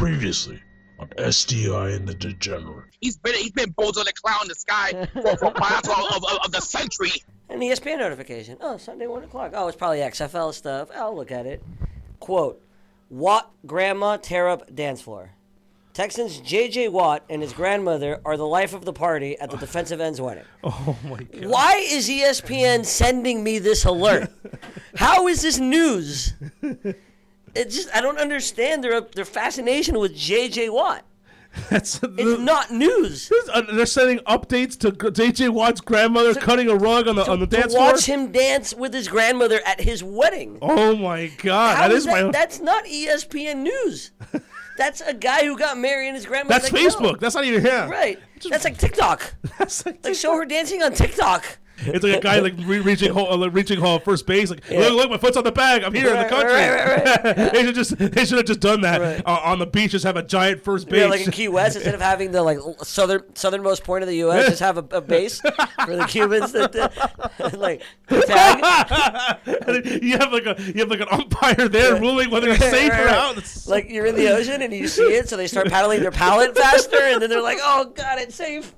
previously on SDI and the Degenerate. He's been he's been Bozo the Clown in the sky for, for parts of, of, of the century. An E ESPN notification. Oh, Sunday, 1 o'clock. Oh, it's probably XFL stuff. I'll look at it. Quote Watt Grandma Tear Up Dance Floor. Texans J.J. Watt and his grandmother are the life of the party at the defensive end's wedding. Oh my god. Why is E ESPN sending me this alert? How is this news? It just I don't understand their their fascination with J.J. Watt. That's It's not news. This- uh, they're sending updates to G- JJ Watt's grandmother cutting a rug on the on the to dance floor. watch him dance with his grandmother at his wedding. Oh my god, How that is that- my. That's not E ESPN news. that's a guy who got married and his grandmother. That's like, Facebook. "No." That's not even him. Right. that's like TikTok. That's like, They show her dancing on TikTok. it's like a guy like re- reaching home, uh, like, reaching home first base. Like, look, look, my foot's on the bag. I'm here in the Right, country. right, they should just, they should have just done that Right. uh, on the beach. Just have a giant first base. Yeah, like in Key West, instead of having the like l- southern southernmost point of the U.S., just have a, a base for the Cubans that that- like tag. you have like a you have like an umpire there ruling whether you're safe or out. It's- Like you're in the ocean and you see it, so they start paddling their pallet faster, and then they're like, "Oh God, it's safe."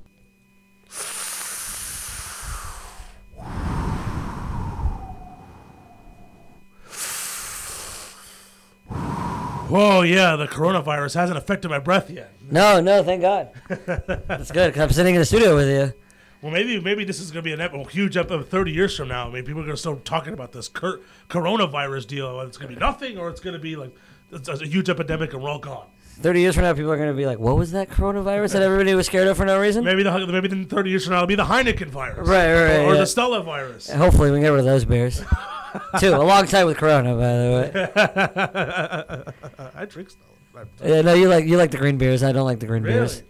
Whoa, yeah, the coronavirus hasn't affected my breath yet. No, no, thank God. That's good. Cause I'm sitting in the studio with you. Well, maybe maybe this is gonna be an ep- a huge episode thirty years from now. I mean, people are gonna start talking about this cur- coronavirus deal. whether It's gonna be nothing, or it's gonna be like it's a huge epidemic and we're all gone. Thirty years from now, people are gonna be like, "What was that coronavirus that everybody was scared of for no reason?" Maybe the maybe in thirty years from now it'll be the Heineken virus, Right, right, or yeah. the Stella virus. Hopefully, we can get rid of those beers. Too a long time with Corona, by the I drink Stella. I- way. Yeah, no, you like you like the green beers. I don't like the green beers. Really?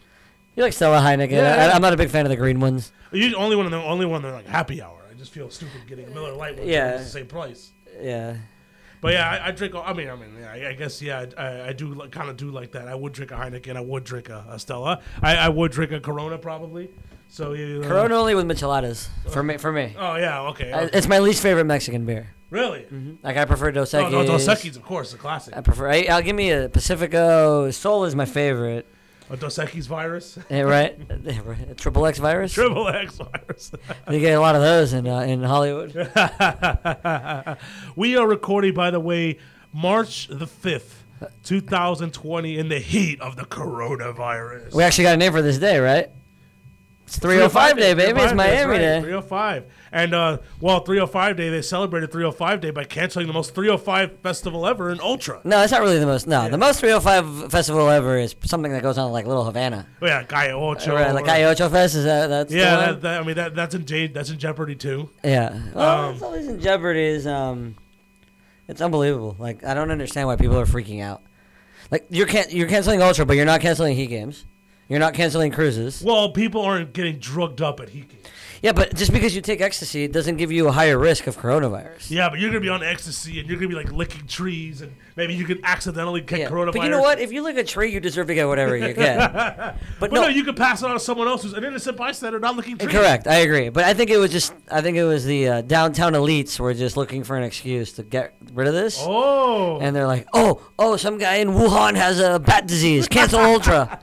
You like Stella Heineken. Yeah, yeah. I, I'm not a big fan of the green ones. You only one the only one they're like happy hour. I just feel stupid getting a Miller Lite when Yeah. it's the same price. Yeah. But yeah, I, I drink. all- I mean, I mean, yeah, I, I guess yeah, I, I, I do like, kind of do like that. I would drink a Heineken. I would drink a, a Stella. I, I would drink a Corona probably. So you know- Corona Uh, only with micheladas for me. For me, Oh yeah, okay. I- it's my least favorite Mexican beer. really? mm-hmm. Oh, Like I prefer Dos No, Equis. no, Dos Equis, of course, the classic. I prefer. I, I'll give me a Pacifico. Sol is my favorite. A Dos Equis virus, Yeah, right? Yeah, right. Triple X virus. triple X virus. You get a lot of those in uh, in Hollywood. we are recording, by the way, March the fifth, two thousand twenty, in the heat of the coronavirus. We actually got a name for this day, right? It's 305 day, baby. It's 305 that's Miami right, Day. 305. And, uh, well, 305 Day, they celebrated 305 Day by canceling the most 305 festival ever in Ultra. No, it's not really the most. No, the most 305 festival ever is something that goes on like Little Havana. Oh, yeah, Gaia Ultra. Right, like Cayocho Fest is that that's Yeah, the that, um, one? that, I mean, that, that's, in Jade, that's in Jeopardy, too. yeah. Well, it's always in Jeopardy is um, it's unbelievable. Like I don't understand why people are freaking out. Like you're can- you're canceling Ultra, but you're not canceling Heat games. You're not canceling cruises. Well, people aren't getting drugged up at Hiki. Yeah, but just because you take ecstasy it doesn't give you a higher risk of coronavirus. Yeah, but you're going to be on ecstasy and you're going to be, like, licking trees and maybe you could accidentally get Yeah. coronavirus. But you know what? If you lick a tree, you deserve to get whatever you get. But, But no, you could pass it on to someone else who's an innocent bystander not licking trees. Correct, I agree. But I think it was just, I think it was the uh, downtown elites were just looking for an excuse to get rid of this. Oh. And they're like, oh, oh, some guy in Wuhan has a bat disease. Cancel Ultra.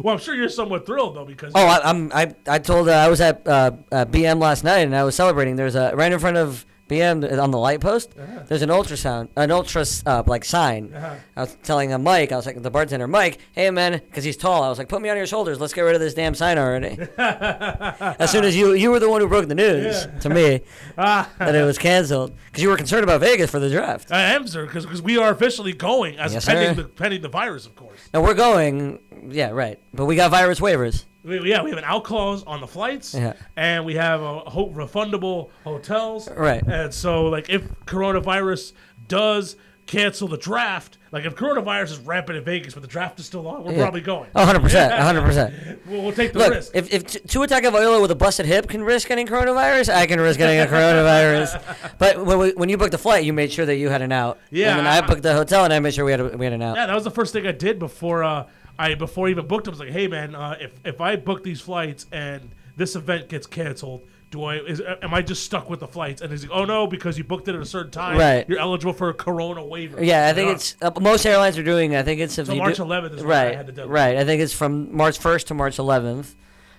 Well, I'm sure you're somewhat thrilled, though, because. oh, I, I'm, I, I told, uh, I was at uh, uh, BM last night and I was celebrating. There's a, right in front of BM on the light post, there's an ultrasound, an ultra, uh, like, sign. I was telling uh, Mike, I was like, the bartender, Mike, hey, man, because he's tall. I was like, put me on your shoulders. Let's get rid of this damn sign already. as soon as you, you were the one who broke the news to me. Ah. that it was canceled because you were concerned about Vegas for the draft. I am, sir, because we Uh, are officially going as Yes, pending, sir. the, pending the virus, of course. Now we're going, yeah, right. But we got virus waivers. We, yeah, we have an out clause on the flights, Yeah. and we have a ho- refundable hotels. Right. And so, like, if coronavirus does cancel the draft, like, if coronavirus is rampant in Vegas, but the draft is still on, we're Yeah. probably going. Oh, 100%. 100%. We'll, we'll take the Look, risk. if, if T- Tua Tagovailoa with a busted hip can risk getting coronavirus, I can risk getting a coronavirus. But when, we, when you booked the flight, you made sure that you had an out. Yeah, And then I I- booked the hotel and I made sure we had, a, we had an out. yeah, that was the first thing I did before uh, I before I even booked. them. I was like, hey man, uh, if if I book these flights and this event gets canceled, Do I is am I just stuck with the flights? And he's like, oh no, because you booked it at a certain time, Right. You're eligible for a Corona waiver. Yeah, I think Yeah. it's uh, most airlines are doing. I think it's if So you March do- 11th is when I right, had the deadline. right. I think it's from March 1st to March 11th.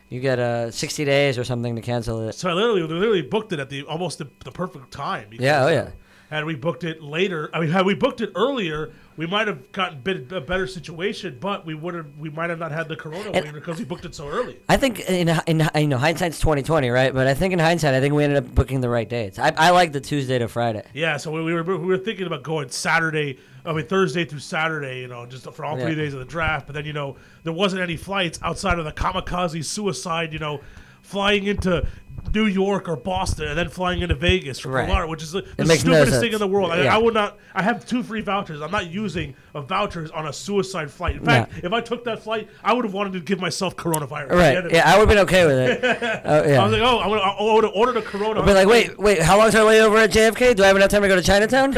You get uh 60 days or something to cancel it. So I literally, we literally booked it at the almost the, the perfect time. because, Yeah, oh, yeah. uh, Had we booked it later, I mean, had we booked it earlier, we might have gotten bit, a better situation, but we would have, we might have not had the corona And- waiver because we booked it so early. I think in, in you know hindsight's 2020, right? But I think in hindsight, I think we ended up booking the right dates. I, I like the Tuesday to Friday. Yeah, so we, we were we were thinking about going Saturday, I mean Thursday through Saturday, you know, just for all three Yeah. days of the draft. But then you know there wasn't any flights outside of the kamikaze suicide, you know, flying into New York or Boston and then flying into Vegas from Right. Pilar, which is the, the makes no stupidest sense. thing in the world. I, Yeah. I would not. I have two free vouchers. I'm not using a vouchers on a suicide flight. In fact, if I took that flight, I would have wanted to give myself coronavirus. at the end Right? of Yeah, I would have been okay with it. Uh, yeah. I was like, oh, I'm gonna I order, order a corona. Be like, wait, wait, how long's our layover at JFK? Do I have enough time to go to Chinatown?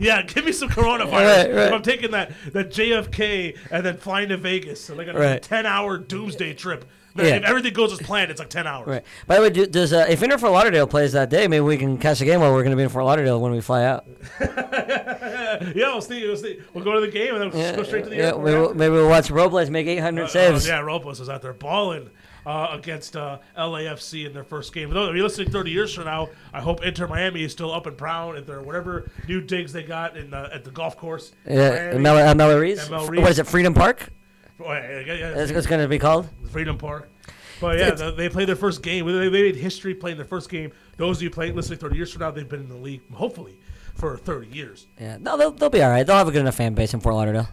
Yeah, give me some coronavirus. Right, right. If I'm taking that, that JFK and then flying to Vegas, so like a Right. 10 hour doomsday trip. Man, Yeah. If everything goes as planned, it's like 10 hours. right. By the way, do, does uh, if Inter Fort Lauderdale plays that day, maybe we can catch a game while we're going to be in Fort Lauderdale when we fly out. Yeah, we'll see. We'll, see. we'll go to the game and then we'll just go straight to the yeah, airport. maybe, we'll, after. maybe we'll watch Robles make 800 Uh, saves. yeah, Robles is out there balling uh, against uh, LAFC in their first game. Though, if you're listening 30 years from now, I hope Inter Miami is still up and proud at their whatever new digs they got in the, at the golf course. in Yeah, Miami. Mel, uh, Mel Reese? And Mel F- Reese. What is it, Freedom Park? Oh, yeah, yeah, yeah. That's what it's going to be called? Freedom Park. But yeah, the, they played their first game. They, they made history playing their first game. Those of you playing, listening 30 years from now, they've been in the league, hopefully, for 30 years. Yeah. No, they'll, they'll be all right. They'll have a good enough fan base in Fort Lauderdale.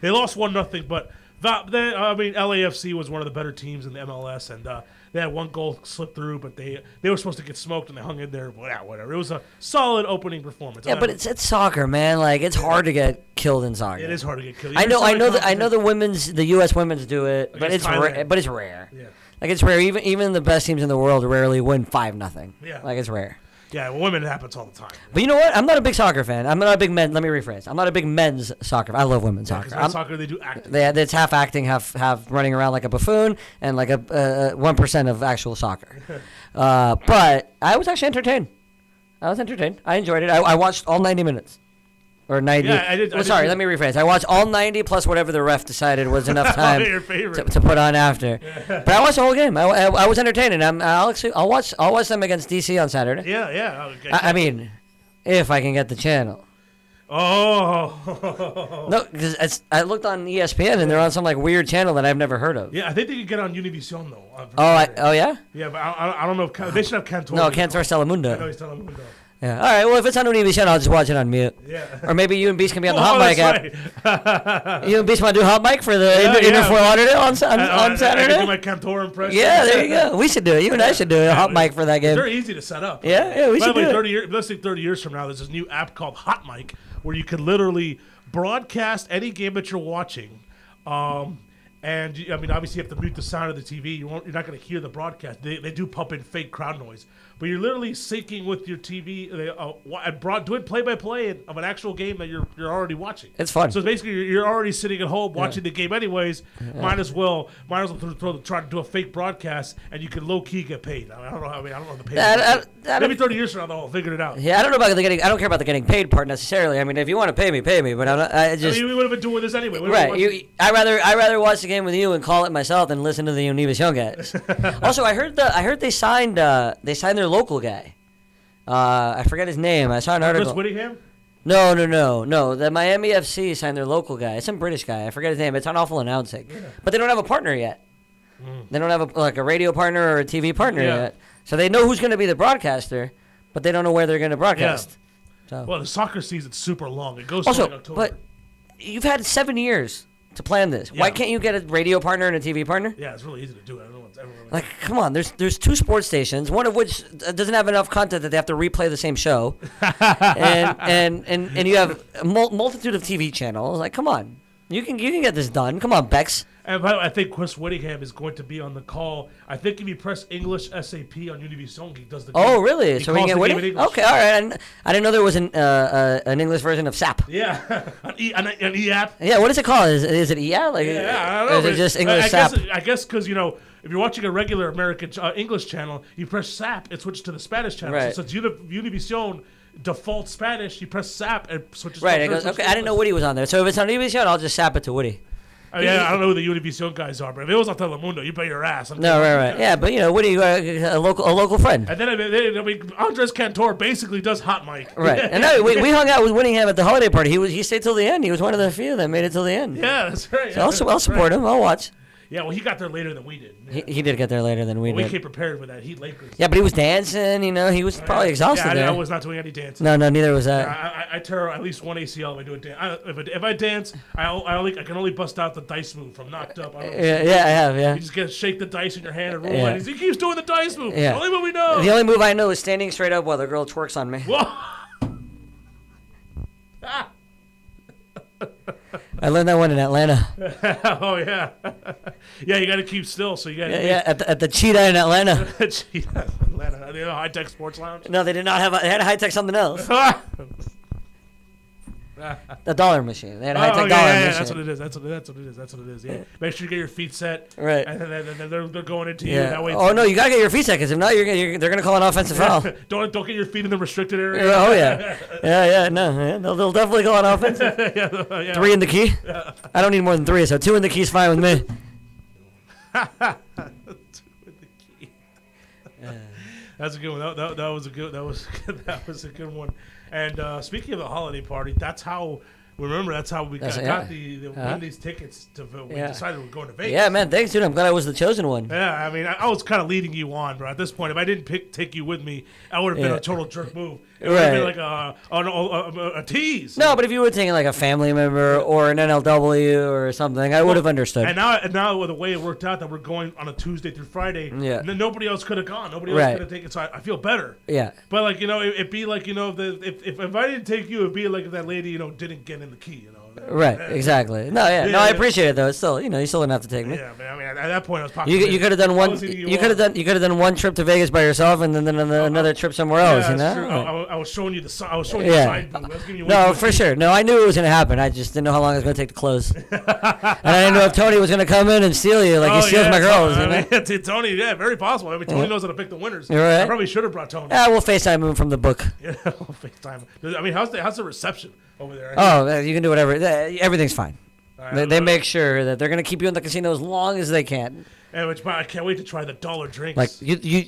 They lost 1 nothing, but that, they, I mean, LAFC was one of the better teams in the MLS, and uh, they had one goal slip through, but they they were supposed to get smoked, and they hung in there. Well, yeah, whatever. It was a solid opening performance. Yeah, but it's, it's soccer, man. Like, it's hard to get killed in soccer. it is hard to get killed. I You're know, so I know, the, I incompetent. know the women's, the U.S. women's do it, but Against it's ra- Thailand. but it's rare. Yeah. Like it's rare. Even even the best teams in the world rarely win five nothing. Yeah. Like it's rare. Yeah, well, women it happens all the time. But you know what? I'm not a big soccer fan. I'm not a big men. Let me rephrase. I'm not a big men's soccer. fan. I love women's Because soccer. in I'm, soccer, they do act. they, it's half acting, half half running around like a buffoon, and like a one percent of actual soccer. uh, but I was actually entertained. I was entertained. I enjoyed it. I, I watched all 90 minutes. Or 90. Yeah, I did- I well, did sorry, too. let me rephrase. I watched all 90 plus whatever the ref decided was enough time Your favorite. to, to put on after. But I watched the whole game. I, I, I was entertained, and I'm, I'll, actually, I'll watch I'll watch them against DC on Saturday. Yeah, yeah. okay. I, I mean, if I can get the channel. oh. No, because I looked on E ESPN and they're on some like weird channel that I've never heard of. Yeah, I think they could get on Univision though. uh, Oh, I, Friday. oh yeah. yeah, but I, I, I don't know if Can- they should have Cantor. No, Cantor No, Salamundo. he's telling them no. Yeah. All right. Well, if it's on Univision, I'll just watch it on mute. Yeah. Or maybe you and Beast can be on the Oh, hot mic that's app. right. You and Beast want to do hot mic for the Yeah, Inter, Inter yeah. Fort Lauderdale on, on, I- I- on I, I can do Saturday? my Cantor impression. Yeah, there you go. We should do it. You and I should do a hot mic for that They're game. easy to set up. Yeah, yeah, we By should the way, do it. 30 years, let's say 30 years from now, there's this new app called Hot Mic where you can literally broadcast any game that you're watching. Um, and you- I mean, obviously, you have to mute the sound of the TV. You won't, you're not going to hear the broadcast. They, they do pump in fake crowd noise, but you're literally syncing with your TV. They uh, wa- and broad, doing play by play of an actual game that you're you're already watching. It's fun. So basically, you're, you're already sitting at home watching the game anyways. Might as well, might as well throw, throw, try to do a fake broadcast, and you can low key get paid. I, mean, I don't know. I mean, I don't know the pay. Yeah, I- I- I Maybe don't- thirty years from now, they'll figure it out. Yeah, I don't know about the getting. I don't care about the getting paid part necessarily. I mean, if you want to pay me, pay me. But I'm not, I I just mean, we would have been doing this anyway. We would've Right. watched- You, I rather I rather watch the game with you and call it myself than listen to the Univis Young guys. also, I heard the I heard they signed uh, they signed their local guy. Uh, I forget his name. I saw an Chris article. Whittingham. No, no, no, no. The Miami FC signed their local guy. It's some British guy. I forget his name. It's on awful announcing. But they don't have a partner yet. They don't have a, like a radio partner or a TV partner Yeah. yet. So they know who's going to be the broadcaster, but they don't know where they're going to broadcast. Well, the soccer season's super long. It goes Also, till like October. but you've had seven years to plan this. Why Yeah. can't you get a radio partner and a TV partner? yeah, it's really easy to do. I don't know what's everyone. Like, come on. There's there's two sports stations, one of which uh, doesn't have enough content that they have to replay the same show, and and and, and you have a mul- multitude of TV channels. Like, come on. You can you can get this done. Come on, Bex. And by the way, I think Chris Whittingham is going to be on the call. I think if you press English SAP on Univision, he does the. Oh, game. really? He so we calls can get the rid game of in English. Okay, all right. I didn't, I didn't know there was an uh, uh, an English version of SAP. Yeah, an e an, an e app. Yeah, what is it called? Is, is it EA? Like, Yeah, I don't know. Is but it just I- English I, SAP? Guess, I guess because you know If you're watching a regular American ch- uh, English channel, you press SAP, it switches to the Spanish channel. Right. So since Uni- Univision default Spanish, you press SAP and it switches. Right. to It goes, switches okay, to I didn't know English. Woody was on there. So if it's on Univision, I'll just sap it to Woody. I, mean, I don't know who the Univision guys are, but if it was on Telemundo, you bet your ass. I'm No, right, right. Yeah, but you know, Woody, uh, a local, a local friend. And then I mean, they, I mean, Andres Cantor basically does hot mic. Right. And no, we, we hung out with Winningham at the holiday party. He was he stayed till the end. He was one of the few that made it till the end. Yeah, that's right. I'll, that's su- I'll right. support him. I'll watch. Yeah, well, he got there later than we did. Yeah. He, he did get there later than we we did. came prepared with that heat Lakers. yeah, but he was dancing. You know, he was probably exhausted. Yeah, I, there. I was not doing any dancing. no, no, neither was I, that. I, I tear at least one ACL if I do a dance. I, if, I, if I dance, I, o- I only I can only bust out the dice move from knocked up. I don't Yeah, yeah, I have. Yeah. You just gotta shake the dice in your hand and roll Yeah. it. He keeps doing the dice move. eh. Yeah. Yeah. Only what we know. The only move I know is standing straight up while the girl twerks on me. I learned that one in Atlanta. Yeah, oh yeah, yeah. You gotta keep still. So you gotta. yeah at, the, at the cheetah in Atlanta. Gee, Atlanta, the high tech sports lounge. No, they did not have. A, they had a high tech something else. The dollar machine. They had a high tech Oh, yeah, dollar yeah, yeah, machine. that's what it is. That's what, that's what it is. That's what it is. Yeah. Make sure you get your feet set. Right. And then, then- then they're, they're going into you. Yeah. That way. Oh no, you gotta get your feet set because if not, you're, gonna- you're they're gonna call an offensive foul. Yeah, don't don't get your feet in the restricted area. oh yeah, yeah, yeah. No, yeah, they'll, they'll definitely call an offensive. yeah. Three in the key. I don't need more than three, so two in the key's fine with me. That's a good one. That, that, that was a good. That was that was a good one. And uh, speaking of the holiday party, that's how. Remember, that's how we got, That's- got yeah. the, the Uh-huh. Wendy's tickets to. We Yeah. decided we we're going to Vegas. Yeah, man. Thanks, dude. I'm glad I was the chosen one. Yeah, I mean, I, I was kind of leading you on, bro. At this point, if I didn't pick take you with me, I would have been Yeah. a total jerk move. It would have been like Right. a, a, a, a, a tease. No, but if you were taking like a family member or an NLW or something, I would have understood. And now, and now with the way it worked out that we're going on a Tuesday through Friday, Yeah. n- nobody else could have gone. Nobody else Right. could have taken. So I, I feel better. Yeah. But like you know, it, it'd be like you know, the, if, if if I didn't take you, it'd be like if that lady you know didn't get in the key. You know. Right. Exactly. No, yeah. No, I Yeah. appreciate it though. It's still, you know, you still didn't have to take me. Yeah, man. I mean, at, at that point, I was talking. You, to you could have done I one. was leading You could have on. done. You could have done one trip to Vegas by yourself, and then, then another, another trip somewhere Uh-huh. Yeah, else. you that's know. true. I, I was- I was showing you the. si- I was showing you Yeah. the side boob. I was giving you No, one- for sure. No, I knew it was gonna happen. I just didn't know how long it was gonna take to close, and I didn't know if Tony was gonna come in and steal you like Oh, he steals my girls. I you know? mean, to Tony, yeah, very possible. I mean, Tony knows how to pick the winners. You're right. I probably should have brought Tony. yeah, we'll Facetime him from the book. Yeah, FaceTime. I mean, how's the how's the reception over there? Oh, uh, you can do whatever. Uh, Everything's fine. All right, They, they I'm- make sure that they're gonna keep you in the casino as long as they can. Yeah, which, but I can't wait to try the dollar drinks. Like you, you,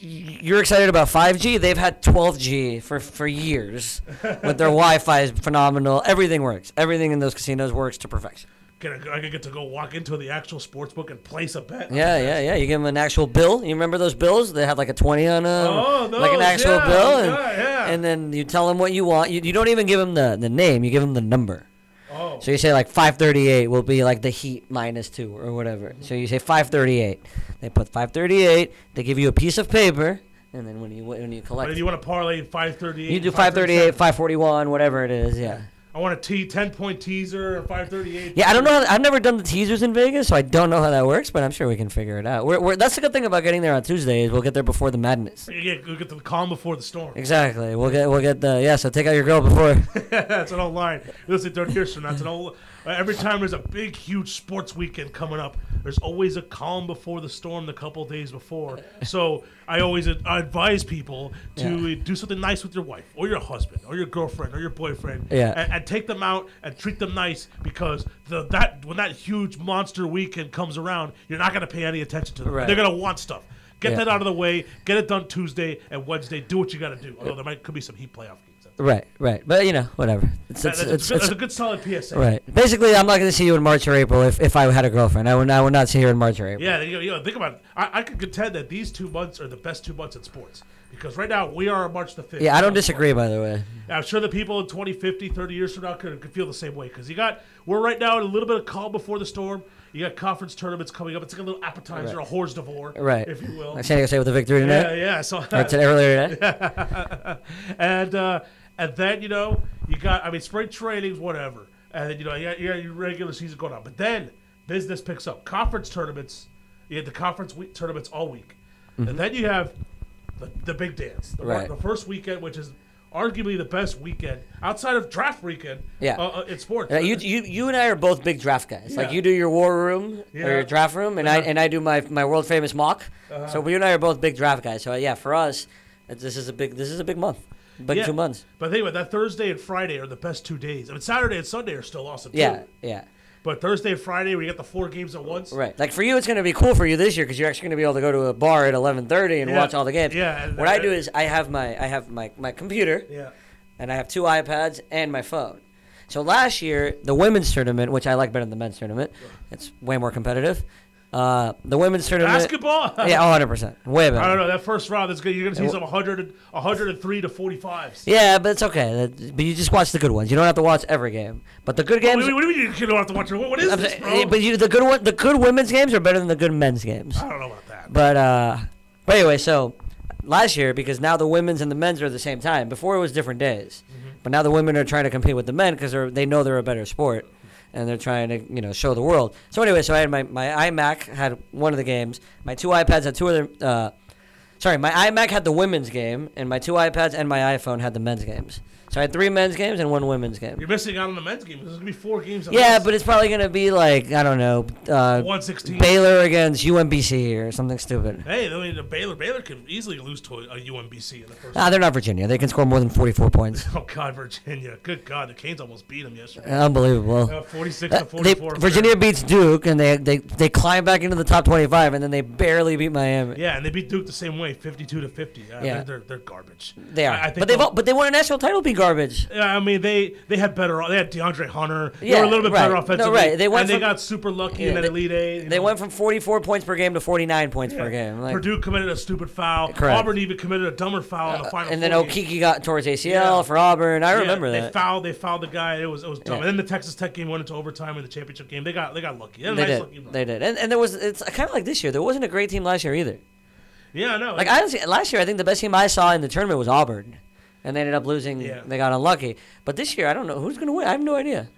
you're excited about 5G. They've had 12G for for years, but their Wi-Fi is phenomenal. Everything works. Everything in those casinos works to perfection. Can I, I could get to go walk into the actual sports book and place a bet. Yeah, yeah, yeah. You give them an actual bill. You remember those bills? They had like a twenty on a, Oh, like an those, actual yeah, bill, and, yeah, yeah. and then you tell them what you want. You, you don't even give them the, the name. You give them the number. Oh, So you say like five thirty eight will be like the heat minus two or whatever. So you say five thirty eight. They put five thirty eight. They give you a piece of paper, and then when you when you but collect, if you, you want to parlay five thirty eight, do five thirty eight, five forty one, whatever it is. Yeah. I want a T ten point teaser and five thirty eight. Yeah, I don't know. How, I've never done the teasers in Vegas, so I don't know how that works. But I'm sure we can figure it out. We're, we're, that's the good thing about getting there on Tuesday is we'll get there before the madness. You get, you get the calm before the storm. Exactly. We'll get we'll get the yeah. So take out your girl before. That's an old line. Listen, don't hear from That's an old. uh, Every time there's a big, huge sports weekend coming up, there's always a calm before the storm, the couple days before. So I always ad- I advise people to do something nice with your wife or your husband or your girlfriend or your boyfriend. Yeah. And, and take them out and treat them nice because the that when that huge monster weekend comes around, you're not gonna pay any attention to them. Right. They're gonna want stuff. Get Yeah. that out of the way. Get it done Tuesday and Wednesday. Do what you got to do. Although there might could be some heat playoff games. right, right. But you know, whatever. It's That- it's, that's, it's, a good, it's, that's a good solid PSA. right. Basically, I'm not going to see you in March or April if, if I had a girlfriend. I would I would not see her in March or April. Yeah, you know, you know, think about it. I, I could contend that these two months are the best two months in sports because right now we are on March the 5th. Yeah, I don't disagree. By the way, I'm sure the people in 2050, 30 years from now could, could feel the same way because you got, we're right now in a little bit of calm before the storm. You got conference tournaments coming up. It's like a little appetizer, a whore's divorce, right? if you will. Like San Diego State with a victory Yeah, tonight. yeah. So Or today earlier today. and uh, and then you know you got I mean spring trainings whatever, and then you know you got, you got your regular season going on, but then business picks up. Conference tournaments, you had the conference week, tournaments all week, and then you have the, the big dance, the, Mm-hmm. Right. the first weekend, which is arguably the best weekend outside of draft weekend. Yeah. uh, uh, in sports. Uh, you, you, you and I are both big draft guys. Like Yeah. you do your war room Yeah. Uh-huh. or your draft room, and I and I do my, my world famous mock. So you and I are both big draft guys. So uh, yeah, for us, it- this is a big this is a big month, big Yeah. two months. But anyway, that Thursday and Friday are the best two days. I mean, Saturday and Sunday are still awesome Yeah, too. yeah, But Thursday and Friday, we get the four games at once. right. Like for you, it's gonna be cool for you this year because you're actually gonna be able to go to a bar at 11:30 and Yeah. watch all the games. Yeah, and What I that- do is I have my I have my my computer. Yeah. and I have two iPads and my phone. So last year, the women's tournament, which I like better than the men's tournament, it's way more competitive. Uh, the women's tournament. Basketball? Yeah, 100 percent, way better. I don't know. That first round, that's good. You're going to see Well- some 100, 103 to 45s. Yeah, but it's okay. That- But you just watch the good ones. You don't have to watch every game. But the good games. Wait, wait, what do you mean you don't have to watch it? What what is I'm this, saying- eh, bro? but you, the good one, the good women's games are better than the good men's games. I don't know about that. But uh, but anyway, so last year because now the women's and the men's are at the same time. Before it was different days, but now the women are trying to compete with the men because they know they're a better sport, and they're trying to you know show the world. So anyway, so I had my my iMac had one of the games. My two iPads had two other. Uh, sorry, my iMac had the women's game, and my two iPads and my iPhone had the men's games. So I had three men's games and one women's game. You're missing out on the men's game. There's going to be four games at Yeah, once. but it's probably gonna be like I don't know, uh, 116. Baylor against UMBC or something stupid. Hey, I mean, the Baylor Baylor can easily lose to a, a UMBC in the first. Ah, they're not Virginia. They can score more than 44 points. Oh God, Virginia! Good God, the Canes almost beat them yesterday. Unbelievable. Uh, Forty-six to Uh, they, forty-four. Virginia beats Duke, and they, they they climb back into the top 25, and then they barely beat Miami. Yeah, and they beat Duke the same way, fifty-two to fifty. I Yeah. think they're they're garbage. They are, I, I think but they they'll- but they won a national title. Be garbage. Yeah, I mean they they had better. They had DeAndre Hunter. they Yeah, were a little bit better right. No, offensively. right, they went and they from- got super lucky in Yeah, that they- Elite Eight. you They know. went from 44 points per game to 49 points per game. Like, Purdue committed a stupid foul. Correct. Uh, Auburn even committed a dumber foul in the final. and then four game. Okiki got towards ACL Yeah. for Auburn. I remember they that. fouled. They fouled the guy. It was it was dumb. Yeah. And then the Texas Tech game went into overtime in the championship game. They got they got lucky. They, had a They nice lucky did. run. They did. And, and there was it's kind of like this year. There wasn't a great team last year either. yeah, I know. Like honestly, last year I think the best team I saw in the tournament was Auburn, and they ended up losing. Yeah. They got unlucky. But this year I don't know who's going to win. I have no idea.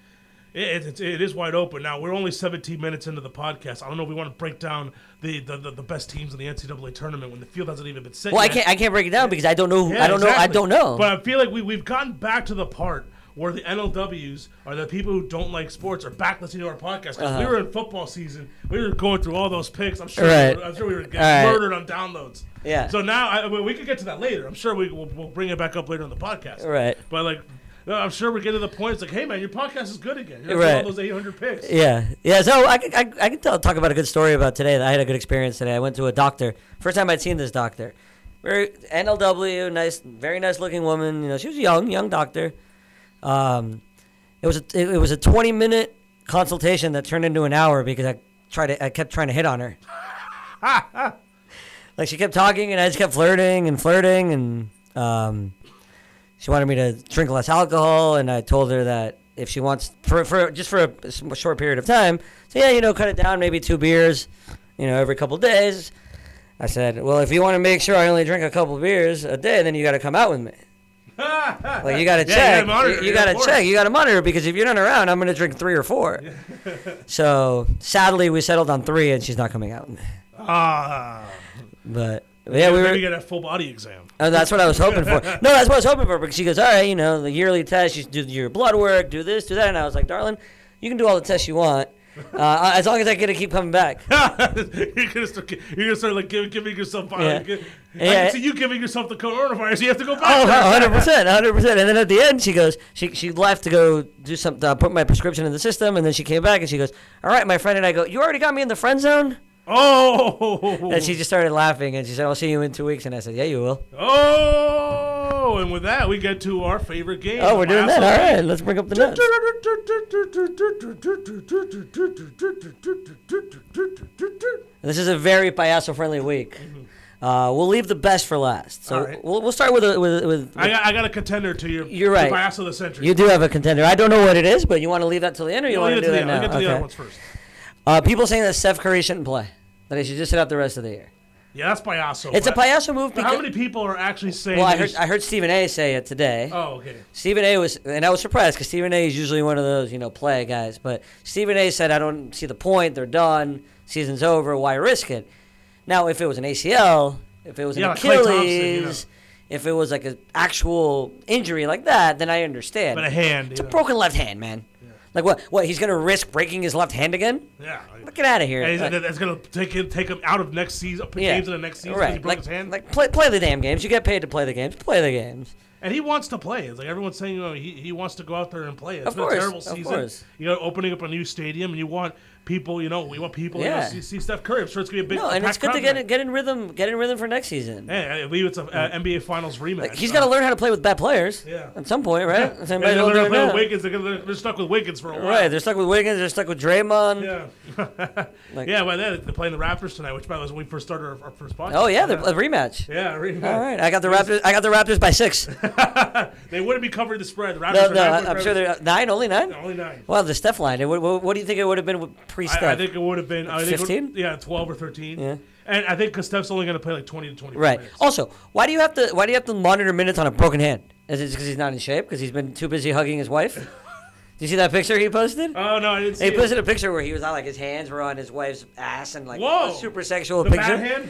It, it, it is wide open now. We're only 17 minutes into the podcast. I don't know if we want to break down the, the, the, the best teams in the NCAA tournament when the field hasn't even been set. Well, I yet. can't. I can't break it down because I don't know. Who, Yeah, I don't know. I exactly. don't know. But I feel like we we've gotten back to the part where the NLWs are the people who don't like sports are back listening to our podcast. 'Cause Uh-huh. We were in football season. We were going through all those picks. I'm sure. Right. We were, I'm sure we were getting All right. murdered on downloads. Yeah. So now I, well, we could get to that later. I'm sure we will we'll bring it back up later on the podcast. Right. But like. I'm sure we're getting to the point. It's like, hey man, your podcast is good again. You're Right. all those 800 picks. yeah, yeah. So I can, I, I can tell, talk about a good story about today. That I had a good experience today. I went to a doctor. First time I'd seen this doctor. Very NLW, nice, very nice looking woman. You know, she was young, young doctor. Um, it was a, it, it was a 20 minute consultation that turned into an hour because I tried to, I kept trying to hit on her. like she kept talking and I just kept flirting and flirting and um, she wanted me to drink less alcohol and I told her that if she wants for, for just for a s- short period of time, so yeah, you know, cut it down maybe two beers, you know, every couple days. I said, well, if you want to make sure I only drink a couple beers a day, then you got to come out with me. Like you Yeah, you gotta gotta check. monitor, You- you yeah, gotta of course. check. You gotta monitor because if you're not around, I'm gonna drink three or four. so sadly, we settled on three, and she's not coming out. Ah, But yeah, we maybe were. get a full body exam. Oh, that's what I was hoping for. No, that's what I was hoping for because she goes, all right, you know, the yearly test, you do your blood work, do this, do that, and I was like, darling, you can do all the tests you want, uh, as long as I get to keep coming back. you're gonna start. You're gonna start like giving, giving yourself. uh, Yeah. I can Yeah. see you giving yourself the coronavirus. You have to go Oh, back. 100 percent, hundred percent. And then at the end, she goes, she she left to go do something, uh, put my prescription in the system, and then she came back and she goes, all right, my friend, and I go, you already got me in the friend zone. oh, And she just started laughing and she said, I'll see you in two weeks. And I said, Yeah, you will. oh, and with that, we get to our favorite game. Oh, we're doing that. All right, let's bring up the nuts. This is a very payaso friendly week. Uh, we'll leave the best for last. So Mm-hmm. All right. we'll, we'll start with, a, with, with I got, I got a contender to your. You're right. The bias of the century. you do have a contender. I don't know what it is, but you want to leave that till the end or you We'll want get to to do the, that I'll get now? to the other Okay. ones first. Uh, people saying that Steph Curry shouldn't play, that he should just sit out the rest of the year. Yeah, that's biaso. It's a but- payaso move but because. How many people are actually saying? well, I they heard, sh- I heard Stephen A say it today. oh, okay. Stephen A was, and I was surprised because Stephen A is usually one of those, you know, play guys. But Stephen A said, I don't see the point. They're done. Season's over. Why risk it? Now, if it was an ACL, if it was Yeah, an like Klay Thompson, you know. Achilles, If it was like an actual injury like that, then I understand. But a hand, It's a you know. broken left hand, man. Like what? What? He's gonna risk breaking his left hand again? Yeah. Get out of here. And he's- Like- that- that's gonna take him, take him out of next season, up games in the next season. 'cause He Right. broke Like, his hand. like play, play the damn games. You get paid to play the games. Play the games. And he wants to play. It's like everyone's saying, you know, he, he wants to go out there and play. It's Of been course, a terrible of season. course. You know, opening up a new stadium, and you want people, you know, we want people you know, Yeah. see, see Steph Curry. I'm sure it's gonna be a big. No, and packed it's good to crowd get tonight. in, get in rhythm. Get in rhythm for next season. Yeah, I believe it's a uh, NBA Finals rematch. Like, he's got to learn how to play with bad players. Yeah. At some point, right? Yeah. They're Somebody don't gonna do it play with now. Wiggins. They're, gonna, they're stuck with Wiggins for a while. Right. They're stuck with Wiggins. They're stuck with Draymond. Yeah. Like- yeah, by then they're playing the Raptors tonight, which by the way was when we first started our, our first podcast. Oh yeah, they're a rematch. Yeah, really. All right. I got the Raptors. I got the Raptors by six. They wouldn't be covering the spread. The Raptors No, are halfway no. I- I'm covering- sure they're nine. Only nine. only nine. Wow, the Steph line. What, what, what do you think it would have been pre-Steph? I, I think it would have been I think it would- 15? Yeah, twelve or thirteen. Yeah. And I think because Steph's only going to play like twenty to twenty-five Right. minutes. Also, why do you have to why do you have to monitor minutes on a broken hand? Is it because he's not in shape? Because he's been too busy hugging his wife? Do you see that picture he posted? Oh no, I didn't see. he it. posted a picture where he was on like his hands were on his wife's ass and like Whoa. a super sexual the picture. bad hand.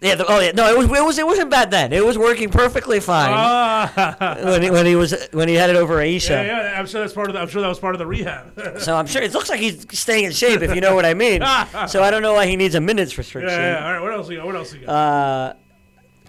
Yeah. The, oh yeah. No, it was it was it wasn't bad then. It was working perfectly fine Ah, when he, when he was when he had it over Aisha. yeah, yeah, I'm sure that's part of. The, I'm sure that was part of the rehab. yeah, So I'm sure it looks like he's staying in shape if you know what I mean. so I don't know why he needs a minutes restriction. yeah. All right. What else we got? What else we got? Uh,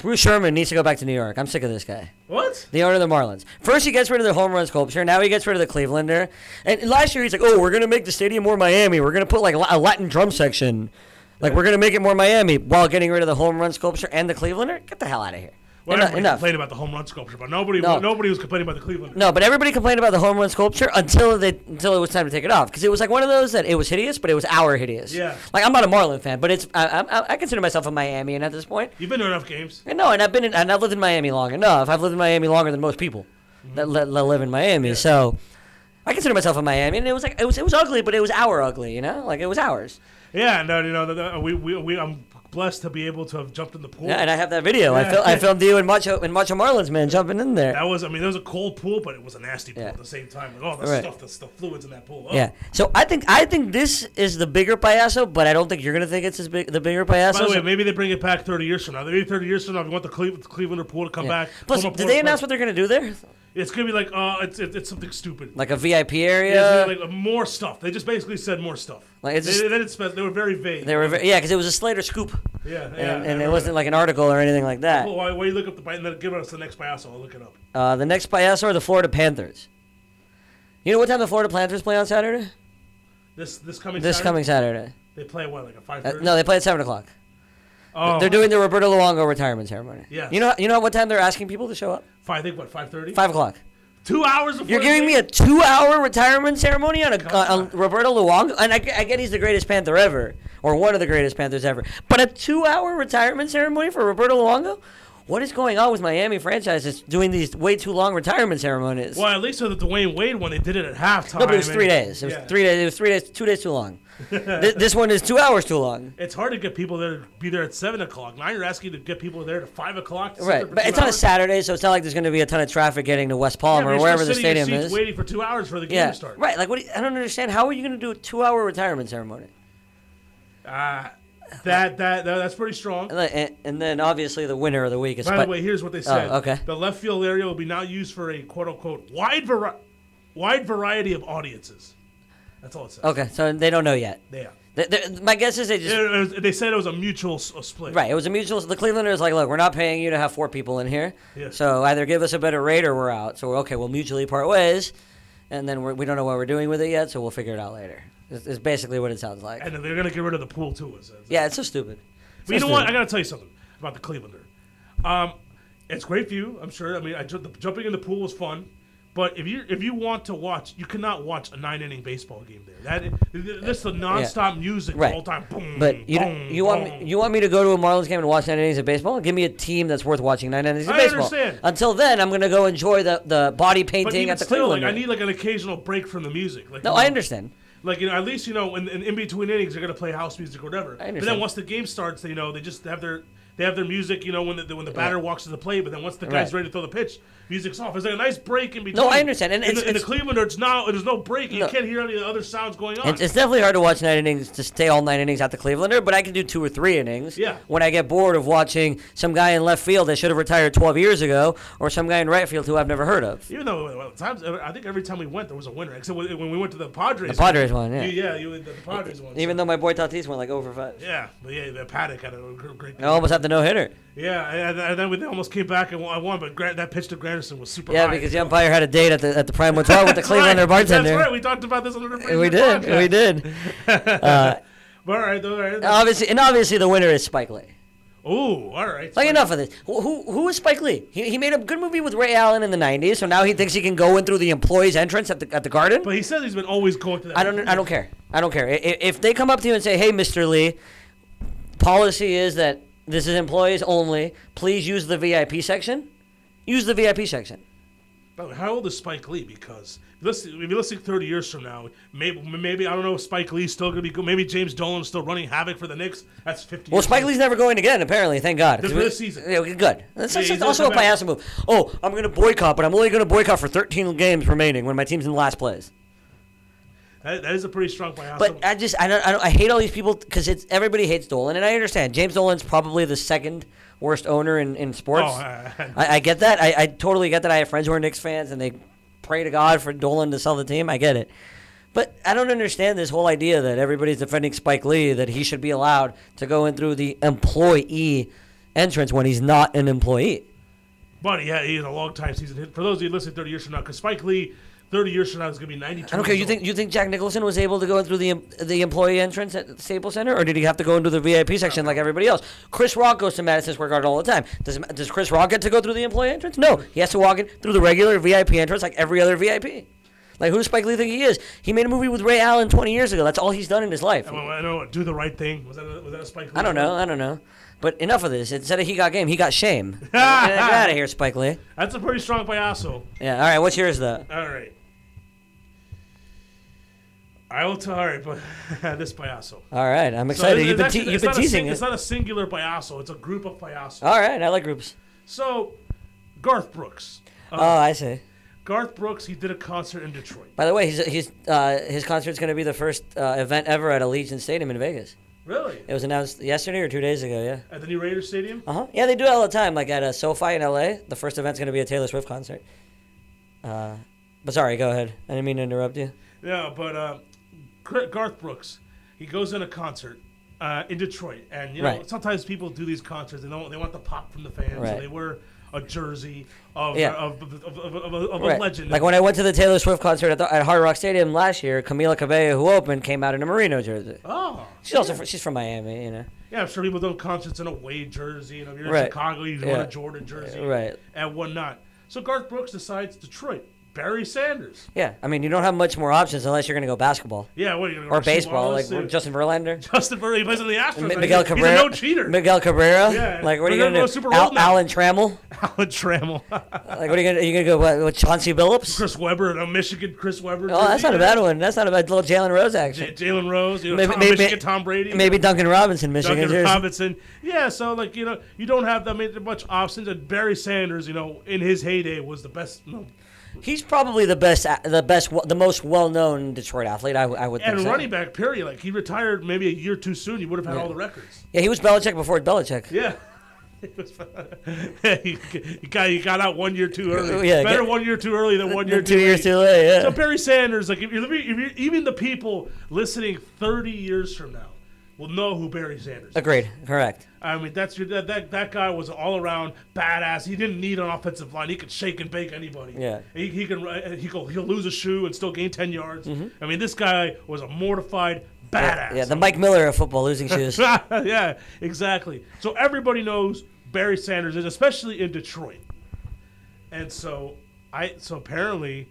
Bruce Sherman needs to go back to New York. I'm sick of this guy. what? The owner of the Marlins. First, he gets rid of the home run sculpture. Now he gets rid of the Clevelander. And last year, he's like, "Oh, we're gonna make the stadium more Miami. We're gonna put like a Latin drum section. Like we're gonna make it more Miami." While getting rid of the home run sculpture and the Clevelander, get the hell out of here. Well, Enough. everybody enough. complained about the home run sculpture, but nobody, No. nobody was complaining about the Cleveland. No, but everybody complained about the home run sculpture until they until it was time to take it off because it was like one of those that it was hideous, but it was our hideous. Yeah. Like I'm not a Marlin fan, but it's I, I, I consider myself a Miamian at this point. You've been to enough games. And no, and I've been in, and I've lived in Miami long enough. I've lived in Miami longer than most people Mm-hmm. that, li- that live in Miami. So I consider myself a Miami, and it was like it was it was ugly, but it was our ugly, you know, like it was ours. Yeah, no, you know, the, the, uh, we, we, we, I'm blessed to be able to have jumped in the pool. Yeah, and I have that video. I fil- I filmed you and Macho and Macho Marlins man jumping in there. that was, I mean, there was a cold pool, but it was a nasty pool Yeah. at the same time. Like, all the Right. stuff, the, the fluids in that pool. Oh. Yeah, so I think I think this is the bigger payaso, but I don't think you're gonna think it's as big, the bigger payaso. By the way, maybe they bring it back 30 years from now. Maybe 30 years from now, we want the Cleveland, Cleveland pool to come back. Plus, Former did pool they to- announce what they're gonna do there? It's gonna be like, uh, it's it's, it's something stupid. Like a VIP It's area? gonna be like uh, more stuff. They just basically said more stuff. Like, it's they, just- they didn't spec- they were very vague. they were, very, yeah, because it was a Slater scoop, yeah, and, yeah. and it wasn't like an article or anything like that. Well, why, why you look up the bite and then give us the next bias? I'll look it up. Uh, the next payaso are the Florida Panthers. You know what time the Florida Panthers play on Saturday? This this coming This Saturday, coming Saturday. They play what like a five Uh, thirty. no, they play at seven o'clock. oh, They're doing the Roberto Luongo retirement ceremony. Yes. You know, you know what time they're asking people to show up? five. I think what five thirty. Five o'clock. Two hours. Before You're the giving game? me a two-hour retirement ceremony on a on, on Roberto Luongo, and I, I get he's the greatest Panther ever, or one of the greatest Panthers ever. But a two-hour retirement ceremony for Roberto Luongo? What is going on with Miami franchises doing these way too long retirement ceremonies? Well, at least with the Dwayne Wade one, they did it at halftime. No, but it was and- three days. It was Yeah. three days. It was three days. Two days too long. Th- this one is two hours too long. It's hard to get people there to be there at seven o'clock. Now you're asking to get people there to five o'clock. to sit there Right, for but two it's on a hours. Saturday, so it's not like there's going to be a ton of traffic getting to West Palm Yeah, but or you're wherever still the sitting in your stadium seats is. Waiting for two hours for the game yeah, to start. right. Like, what? Do you, I don't understand. How are you going to do a two-hour retirement ceremony? That, that that that's pretty strong. And, and- and then obviously the winner of the week is. By but- Oh, the way, here's what they said. okay. The left field area will be now used for a quote unquote wide vari- wide variety of audiences. That's all it says. okay, so they don't know yet. Yeah. They- they- my guess is they just. It- it was- they said it was a mutual s- a split. Right, it was a mutual. The Clevelanders like, look, we're not paying you to have four people in here, Yeah. so either give us a better rate or we're out. So okay, we'll mutually part ways, and then we're, we don't know what we're doing with it yet, so we'll figure it out later. Is, is basically what it sounds like. And then they're gonna get rid of the pool too. It says. yeah, it's so stupid. But you know what? I gotta tell you something about the Clevelander. Um, it's great view, I'm sure. I mean, I, ju- the, jumping in the pool was fun, but if you if you want to watch, you cannot watch a nine inning baseball game there. That i- th- this is the nonstop music Right. all the time. Boom, But you, boom, you want boom. me, you want me to go to a Marlins game and watch nine innings of baseball? Give me a team that's worth watching nine innings of I baseball. understand. Until then, I'm gonna go enjoy the, the body but painting even at the still, like, Cleveland. I need like an occasional break from the music. Like no, you I know, understand. Like you know, at least you know, in, in, in between innings, they're gonna play house music or whatever. But then understand. once the game starts, they you know they just have their They have their music, you know, when the when the batter walks to the plate, but then once the guy's Right. ready to throw the pitch, music's off. It's like a nice break in between. I understand, and in, it's- the, in the it's- Cleveland, it's now there's no break. You No. can't hear any of the other sounds going on. It's, it's definitely hard to watch nine innings to stay all nine innings at the Clevelander, but I can do two or three innings. Yeah. When I get bored of watching some guy in left field that should have retired 12 years ago, or some guy in right field who I've never heard of. Even though well, times, I think every time we went, there was a winner. Except when when we went to the Padres. The Padres one, yeah. You, yeah, you, the, the Padres one. Even though my boy Tatis went like over five, Yeah, but yeah, the Paddock had a gr- great. I almost have the no hitter. Yeah, and, and then we they almost came back and won- I won, but Grant, that pitch to Granderson was super. Yeah, high. because the umpire had a date at the at the Prime Hotel with the That's Cleveland right. bartender. That's right. We talked about this on the We did, Uh, we did. Uh, All right, all right. Obviously, and obviously the winner is Spike Lee. Ooh, all right. Like enough of this. Who who, who is Spike Lee? He, he made a good movie with Ray Allen in the '90s, so now he thinks he can go in through the employee's entrance at the at the Garden. But he says he's been always going to that. I don't. I don't care. I don't care. I- i- If they come up to you and say, "Hey, Mr. Lee, policy is that this is employees only. Please use the VIP section. Use the VIP section." By the way, how old is Spike Lee? Because listen, if you listen 30 years from now, maybe, maybe I don't know if Spike Lee's still going to be good. Maybe James Dolan's still running havoc for the Knicks. That's 50. Well, years Spike from Lee's never going again, apparently. Thank God. This- this season. Yeah, okay, good. That's, Yeah, that's he's also a coming back. payass move. Oh, I'm going to boycott, but I'm only going to boycott for 13 games remaining when my team's in last place. now. That- that is a pretty strong playoff. But I just I don't, I don't I hate all these people because it's everybody hates Dolan, and I understand James Dolan's probably the second worst owner in in sports. Oh, I- I- I, I get that. I, I totally get that. I have friends who are Knicks fans, and they pray to God for Dolan to sell the team. I get it. But I don't understand this whole idea that everybody's defending Spike Lee that he should be allowed to go in through the employee entrance when he's not an employee. But yeah, he's a long time season hit. For those of you listening 30 years from now, because Spike Lee, 30 years from now, is going to be 92. I don't care. years You old. think you think Jack Nicholson was able to go in through the em- the employee entrance at Staples Center, or did he have to go into the VIP section like everybody else? Chris Rock goes to Madison Square Garden all the time. Does does Chris Rock get to go through the employee entrance? No, he has to walk in through the regular VIP entrance like every other VIP. Like who does Spike Lee think he is? He made a movie with Ray Allen 20 years ago. That's all he's done in his life. Well, Oh, I know. Do the right thing. Was that a, was that a Spike Lee? I don't know. I don't know. But enough of this. Instead of he got game, he got shame. Get out of here, Spike Lee. That's a pretty strong payaso. Yeah. All right. What's yours though? All right. I will tell. All right, but this payaso. All right. I'm So excited. it's- you've been it's te- actually- you've it's been not a sing- teasing It's it. Uh. not a singular payaso. It's a group of payaso. All right. I like groups. So, Garth Brooks. Oh, I see. Garth Brooks. He did a concert in Detroit. By the way, he's, he's, uh, his concert's going to be the first uh, event ever at Allegiant Stadium in Vegas. Really? It was announced yesterday or two days ago, yeah. At the new Raider Stadium. Uh huh. Yeah, they do it all the time. Like at uh, SoFi in LA, the first event's going to be a Taylor Swift concert. Uh, but sorry, go ahead. I didn't mean to interrupt you. No, but uh, Gar- Garth Brooks, he goes in a concert uh, in Detroit, and you know Right. sometimes people do these concerts and they, don't, they want the pop from the fans, so Right. they wear a jersey of Yeah. of, of, of, of, of, of a Right. legend. Like when I went to the Taylor Swift concert at, the, at Hard Rock Stadium last year, Camila Cabello, who opened, came out in a Merino jersey. oh, She's also fr- she's from Miami, you know. yeah, I'm sure people do concerts in a Wade jersey, and if you're in Right. Chicago, you Yeah. wear a Jordan jersey, Right. and whatnot. So Garth Brooks decides Detroit. Barry Sanders. Yeah, I mean you don't have much more options unless you're going to go basketball Yeah, what are you gonna or go see baseball, like Wallace and- Justin Verlander. Justin Verlander, he plays in the Astros. Mi- right? Miguel He's a Cabrera. no-cheater. Miguel Cabrera. Yeah, Like what are you we're gonna gonna go do? Super Bowl Al- now. Alan Trammell. Alan Trammell. Like what are you gonna? Are you gonna go what, with Chauncey Billups? Chris Webber, and a Michigan Chris Webber. Oh, that's jersey. not a bad one. That's not a bad little Jalen Rose J- action. Jalen Rose, you know, Maybe- Tom, maybe- Michigan, Tom Brady, Maybe Duncan Robinson, Michigan. Duncan jersey. Robinson. Yeah, so like you know, you don't have that many much options. And Barry Sanders, you know, in his heyday was the best. You know, He's probably the best, a- the best, the most well-known Detroit athlete. I, w- I would think. and so. running back, period. Like he retired maybe a year too soon. You would have had all the records. Yeah, he was Belichick before Belichick. Yeah. It was- you got you got out one year too early. Oh, Yeah, Better get- one year too early than one year Two too years late. too late. Yeah. So Barry Sanders, like if you're, if you're even the people listening 30 years from now, will know who Barry Sanders. is. Agreed. Correct. I mean, that's your that, that that guy was all around badass. He didn't need an offensive line. He could shake and bake anybody. Yeah. he, he can uh, he go, he'll lose a shoe and still gain 10 yards. I mean, this guy was a mortified badass. Mm-hmm. Yeah, the Mike Miller of football, losing shoes. yeah, exactly. So everybody knows Barry Sanders is, especially in Detroit. And so I so apparently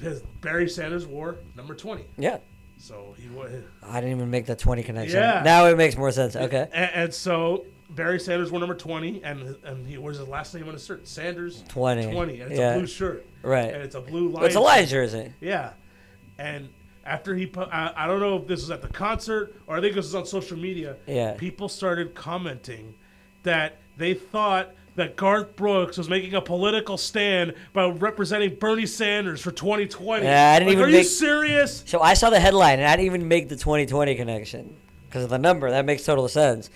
his- Barry Sanders wore number twenty. yeah. So he wa- and, I didn't even make that 20 connection. Yeah. Now it makes more sense. Okay. and so Barry Sanders wore number twenty, and and he wears his last name on his shirt, Sanders 20, Twenty, and it's yeah. a blue shirt, Right. And it's a blue line. It's a Lions jersey. Yeah. And after he put, I, I don't know if this was at the concert or I think this was on social media. Yeah. People started commenting that they thought that Garth Brooks was making a political stand by representing Bernie Sanders for 2020. Yeah, I didn't Like, even Are you make- serious? So I saw the headline and I didn't even make the 2020 connection because of the number. That makes total sense.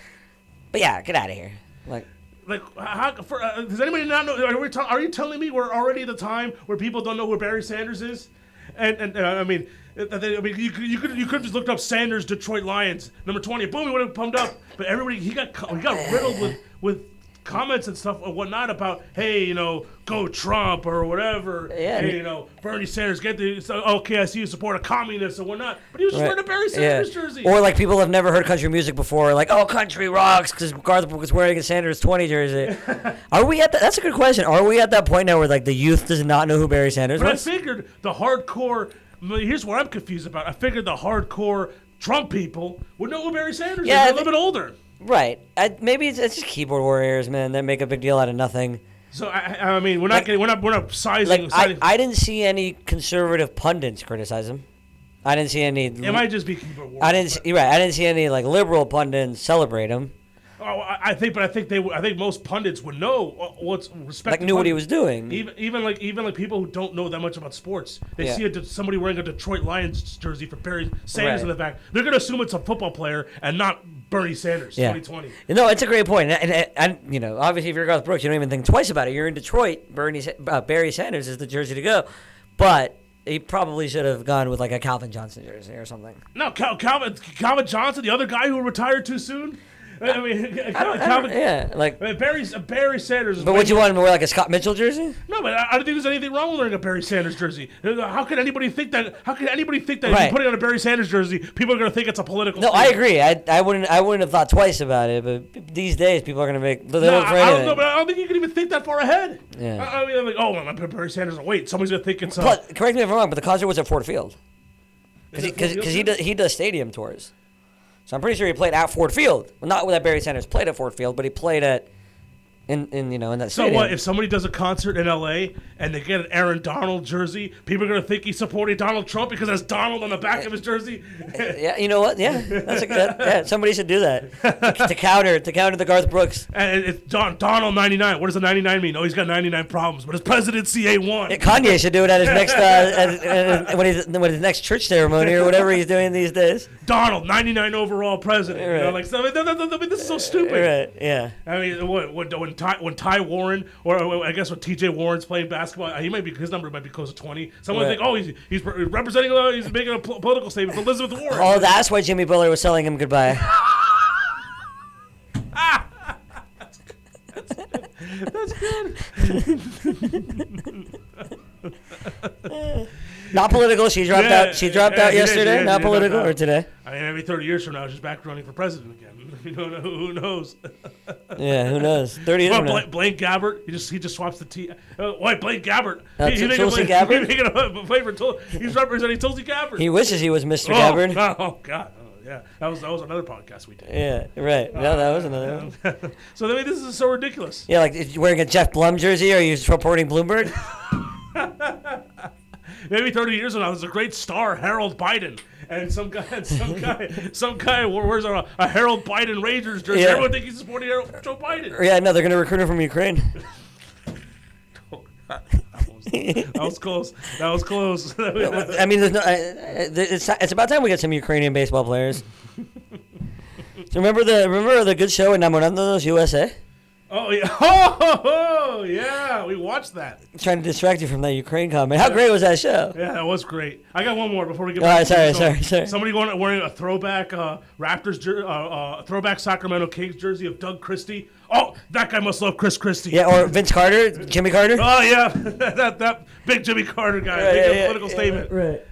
But yeah, get out of here. Like, Like, how, for, uh, does anybody not know? Are, we ta- are you telling me we're already at the time where people don't know who Barry Sanders is? And, and uh, I mean, uh, they- I mean, you could you could you could have just looked up Sanders Detroit Lions number twenty. Boom, he would have pumped up. But everybody he got co- he got riddled with with comments and stuff and whatnot about hey you know go Trump or whatever. Yeah. Hey, you know Bernie Sanders get the so, okay I see you support a communist and whatnot. But he was just wearing a Barry Sanders yeah. jersey. Or like people have never heard country music before, like oh, country rocks because Garth Brooks was wearing a Sanders twenty jersey. Are we at that? That's a good question. Are we at that point now where like the youth does not know who Barry Sanders But I was? figured the hardcore. Here's what I'm confused about. I figured the hardcore Trump people would know who Barry Sanders is. Yeah, I They're a think- little bit older. Right. I, maybe it's, it's just keyboard warriors, man. That make a big deal out of nothing. So I, I- I mean, we're not Like- getting, we're not, we're not sizing. Like I, sizing- I didn't see any conservative pundits criticize him. I didn't see any. it might just be keyboard warriors. I didn't. See, right. I didn't see any like liberal pundits celebrate him. but- oh, I I think, but I think they, would- I think most pundits would know uh, what's respect. Like to knew what he pund- was doing. Even, even like even like people who don't know that much about sports, they Yeah. see a, somebody wearing a Detroit Lions jersey for Barry Sanders in the Right. back. They're gonna assume it's a football player and not Bernie Sanders. Yeah. 2020. No, it's a great point. And, and, and, you know, obviously, if you're Garth Brooks, you don't even think twice about it. You're in Detroit. Bernie, Sa- uh, Barry Sanders is the jersey to go, but he probably should have gone with like a Calvin Johnson jersey or something. No, Cal- Calvin, Calvin Johnson, the other guy who retired too soon. I, I mean, Calvin. I don't- yeah, like. I mean, Barry, uh, Barry Sanders. Is But way- would you want him to wear like a Scott Mitchell jersey? no, but I, I don't think there's anything wrong with wearing a Barry Sanders jersey. Uh, How could anybody think that? How could anybody think that if Right. you put it on a Barry Sanders jersey, people are going to think it's a political? No, I statement? agree. I, I wouldn't I wouldn't have thought twice about it. But these days, people are gonna make they No, look for I, I don't anything. know, but I don't think you can even think that far ahead. Yeah. I, I mean, I'm like, oh, I'm putting Barry Sanders. Wait, somebody's going to think it's a. Plus, correct me if I'm wrong, but the concert was at Ford Field Is it because Ford he Field? does, he does stadium tours. So I'm pretty sure he played at Ford Field. Well, not that Barry Sanders played at Ford Field, but he played at in in you know in that. So stadium. what if somebody does a concert in L.A. and they get an Aaron Donald jersey? People are going to think he's supporting Donald Trump because there's Donald on the back of his jersey. Yeah, you know what? Yeah, that's a good. Yeah, somebody should do that to, to counter to counter the Garth Brooks. And it's Don, Donald 99. What does the 99 mean? Oh, he's got 99 problems, but his presidency A1. Yeah, Kanye should do it at his next uh, at, at- when he's when his next church ceremony or whatever he's doing these days. Donald 99 overall president. You know, Right. like, so, I mean, th- th- th- I mean, this is so stupid. Right? Yeah. I mean, what, what when Ty when Ty Warren or uh, I guess when T.J. Warren's playing basketball, he might be his number might be close to 20. Someone Right. think, oh, he's he's re- representing, uh, he's making a pol- political statement for Elizabeth Warren. Oh, that's why Jimmy Butler was selling him goodbye. Not political. She dropped Yeah, out. She dropped yeah, out she did, she yesterday. did, she did Not drop political out. or today. I mean, every 30 years from now, she's back running for president again. you don't know who knows. Yeah, who knows? Thirty years Well, from now. Bla- Blaine Gabbert, he just he just swaps the T. Uh, why Blaine Gabbert? Uh, he, T- making a Tulsi play- Gabbard? He making a play for Tul- he's representing Tulsi Gabbard. He wishes he was Mr. oh, Gabbard. God, oh God, oh, yeah, that was that was another podcast we did. Yeah, right. No, that was another one. so I mean, this is so ridiculous. Yeah, like if you're wearing a Jeff Blum jersey, are you supporting Bloomberg? Maybe 30 years from now, there's a great star, Harold Biden, and some guy, and some guy, some guy we- wears a, a Harold Biden Rangers jersey. Yeah. Everyone thinks he's supporting Harold, Joe Biden. Or yeah, no, they're gonna recruit him from Ukraine. Oh, God, that was- that was close. That was close. I mean, there's no. I, I, it's, it's about time we get some Ukrainian baseball players. so remember the remember the good show in Namorandonos USA? oh yeah, oh, oh, oh yeah, we watched that. Trying to distract you from that Ukraine comment. How great was that show? Yeah, that was great. I got one more before we get. All back right, to sorry, the sorry, show. sorry. Somebody going wearing a throwback uh, Raptors, jer- uh, uh, throwback Sacramento Kings jersey of Doug Christie. Oh, that guy must love Chris Christie. Yeah, or Vince Carter, Jimmy Carter. Oh yeah, that that big Jimmy Carter guy Yeah, making yeah, a political yeah, statement. Right. That-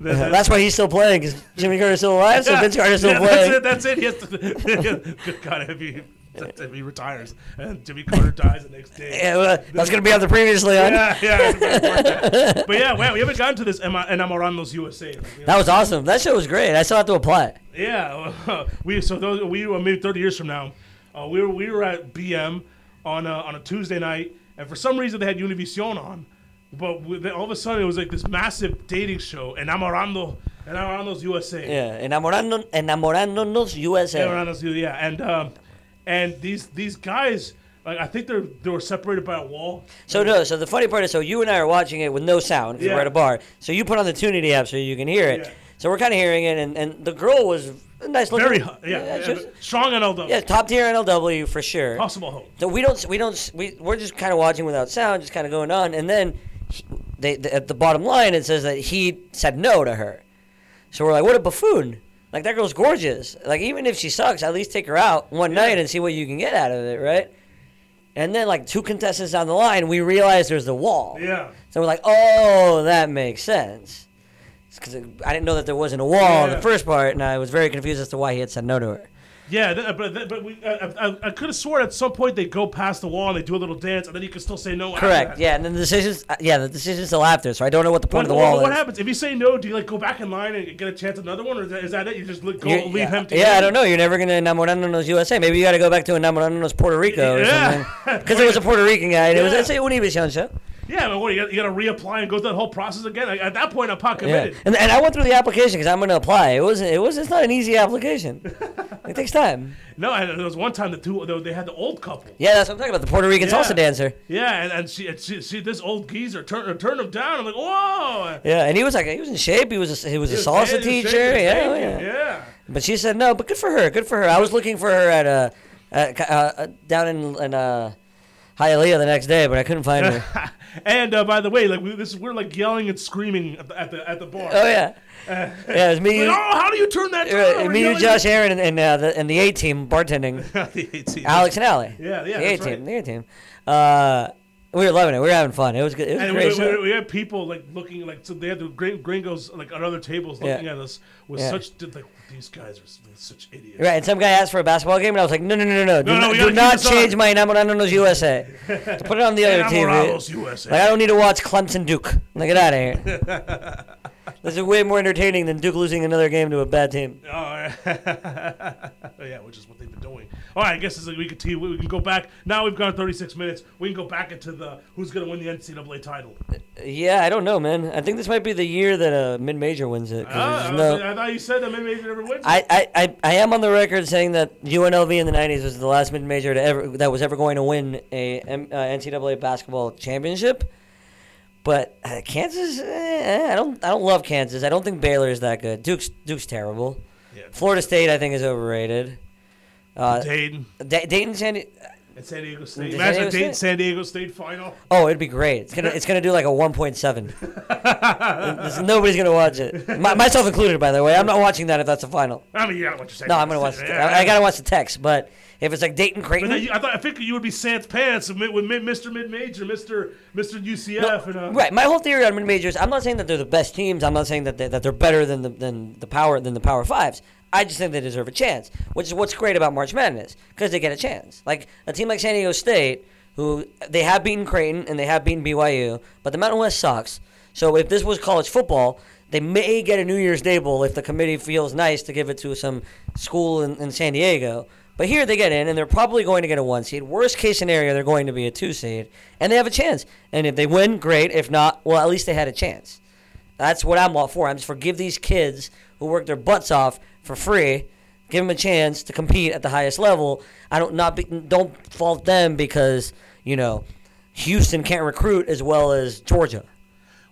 that- Uh, That's why he's still playing because Jimmy Carter's still alive, so yeah, Vince Carter's still yeah, playing. That's it. That's it. He has to, good God, if he if he retires and Jimmy Carter dies the next day. Yeah, well, that's gonna be on the previously on. Yeah, yeah. but yeah, wow, we haven't gotten to this and Amorandos USA. Like, you know, That was awesome. That show was great. I still have to apply. Yeah, we so those we were maybe 30 years from now, uh, we were we were at BM on a, on a Tuesday night, and for some reason they had Univision on, but we, then all of a sudden it was like this massive dating show, and Amarando, and Amarando's USA, Yeah, enamorando, enamorándonos USA. Amarando's, yeah, and um, and these these guys, like I think they're they were separated by a wall. So no, so the funny part is, so you and I are watching it with no sound 'cause Yeah. we're at a bar. So you put on the Tunity app so you can hear it. Yeah. So we're kind of hearing it, and, and the girl was a nice looking. Very hot, yeah, yeah, she was- but Oh, strong and all yeah, those. top tier NLW for sure. Possible home. So we don't, we don't, we we're just kind of watching without sound, just kind of going on, and then he, they, the, at the bottom line it says that he said no to her. So we're like, what a buffoon! Like that girl's gorgeous. Like even if she sucks, at least take her out one night and see what you can get out of it, right? And then like two contestants down the line, we realize there's the wall. Yeah. So we're like, oh, that makes sense. Because I didn't know that there wasn't a wall in Yeah. the first part, and I was very confused as to why he had said no to her. Yeah, th- uh, but th- but we, I, I, I could have sworn at some point they go past the wall and they do a little dance, and then you can still say no. after Correct. that. Yeah, and then the decisions. uh, Yeah, the decisions still after. So I don't know what the What, point of the wall what is. happens if you say no? Do you like go back in line and get a chance at another one, or is that, is that it? You just li- go You're- leave yeah, him. To yeah, I don't know. You're never gonna Enamorándonos USA. Maybe you got to go back to Enamorándonos Puerto Rico or Yeah. something. Because it was a Puerto Rican guy. And It was Yeah. it's a Univision show. Yeah, but what you got, you got to reapply and go through that whole process again. Like, at that point, I'm not Yeah. committed. And, and I went through the application because I'm gonna apply. It wasn't. It was. It's not an easy application. it takes time. No, and there was one time the two they- they had the old couple. Yeah, that's what I'm talking about. The Puerto Rican Yeah. salsa dancer. Yeah, and, and she, and she, she, this old geezer turned turned him down. I'm like, whoa. Yeah, and he was like, he was in shape. He was a, he was a salsa Thank you, teacher. thank you, yeah, thank oh, you. yeah. yeah. But she said no. But good for her. Good for her. I was looking for her at uh, at, uh, uh down in in uh, Hialeah the next day, but I couldn't find her. And uh, by the way, like we, this, we're like yelling and screaming at the at the, at the bar. Oh yeah, yeah. It was me, Like, you, oh, how do you turn that? uh, down? We're me, you, yelling- Josh, Aaron, and, and uh, the and the A team bartending. the 18. Alex and Allie. Yeah, yeah, The A that's team. The A team. Uh, we were loving it. We were having fun. It was good. It was a And great. we, we, show. we had people like looking like so they had the gr- gringos like on other tables Yeah. looking at us with Yeah. such like these guys are such idiots. Right, and some guy asked for a basketball game, and I was like, no, no, no, no, no. Do, No, no, not- we do gotta not keep this change on. my Enamorados USA. to put it on the other Enamorados TV. USA. Like, I don't need to watch Clemson Duke. Like, get out of here. this is way more entertaining than Duke losing another game to a bad team. Oh, yeah, which is what they've been doing. All right, I guess it's like we could tee, we can go back. Now we've gone 36 minutes. We can go back into the who's going to win the NCAA title. Yeah, I don't know, man. I think this might be the year that a mid major wins it. 'cause Ah, I, there's no- was- I thought you said that maybe they never wins. it. I, I, I, I am on the record saying that UNLV in the 90s was the last mid-major to ever that was ever going to win a M- uh, NCAA basketball championship. But uh, Kansas, eh, I don't I don't love Kansas. I don't think Baylor is that good. Duke's Duke's terrible. Yeah. Florida State I think is overrated. Uh, Dayton Da- Dayton San Di- and San Diego State. San Imagine Diego a Dayton State. San Diego State final. Oh, it'd be great. It's gonna it's gonna do like a 1.7. There's- Nobody's gonna watch it, My, myself included. By the way, I'm not watching that if that's the final. I mean, you gotta watch your San No, Diego I'm gonna watch. State. The, I, I gotta watch the text. But if it's like Dayton Creighton, But then you, I thought I figured you would be sans pants with Mi- Mr. Mid Major, Mr. Mr. UCF, and uh, Right. My whole theory on mid majors. I'm not saying that they're the best teams. I'm not saying that they, that they're better than the than the power than the power fives. I just think they deserve a chance, which is what's great about March Madness because they get a chance. Like a team like San Diego State, who they have beaten Creighton and they have beaten BYU, but the Mountain West sucks. So if this was college football, they may get a New Year's Day bowl if the committee feels nice to give it to some school in, in San Diego. But here they get in, and they're probably going to get a one seed. Worst case scenario, they're going to be a two seed, and they have a chance. And if they win, great. If not, well, at least they had a chance. That's what I'm all for. I'm just for give these kids who work their butts off for free, give them a chance to compete at the highest level. I don't not be, don't fault them because you know Houston can't recruit as well as Georgia.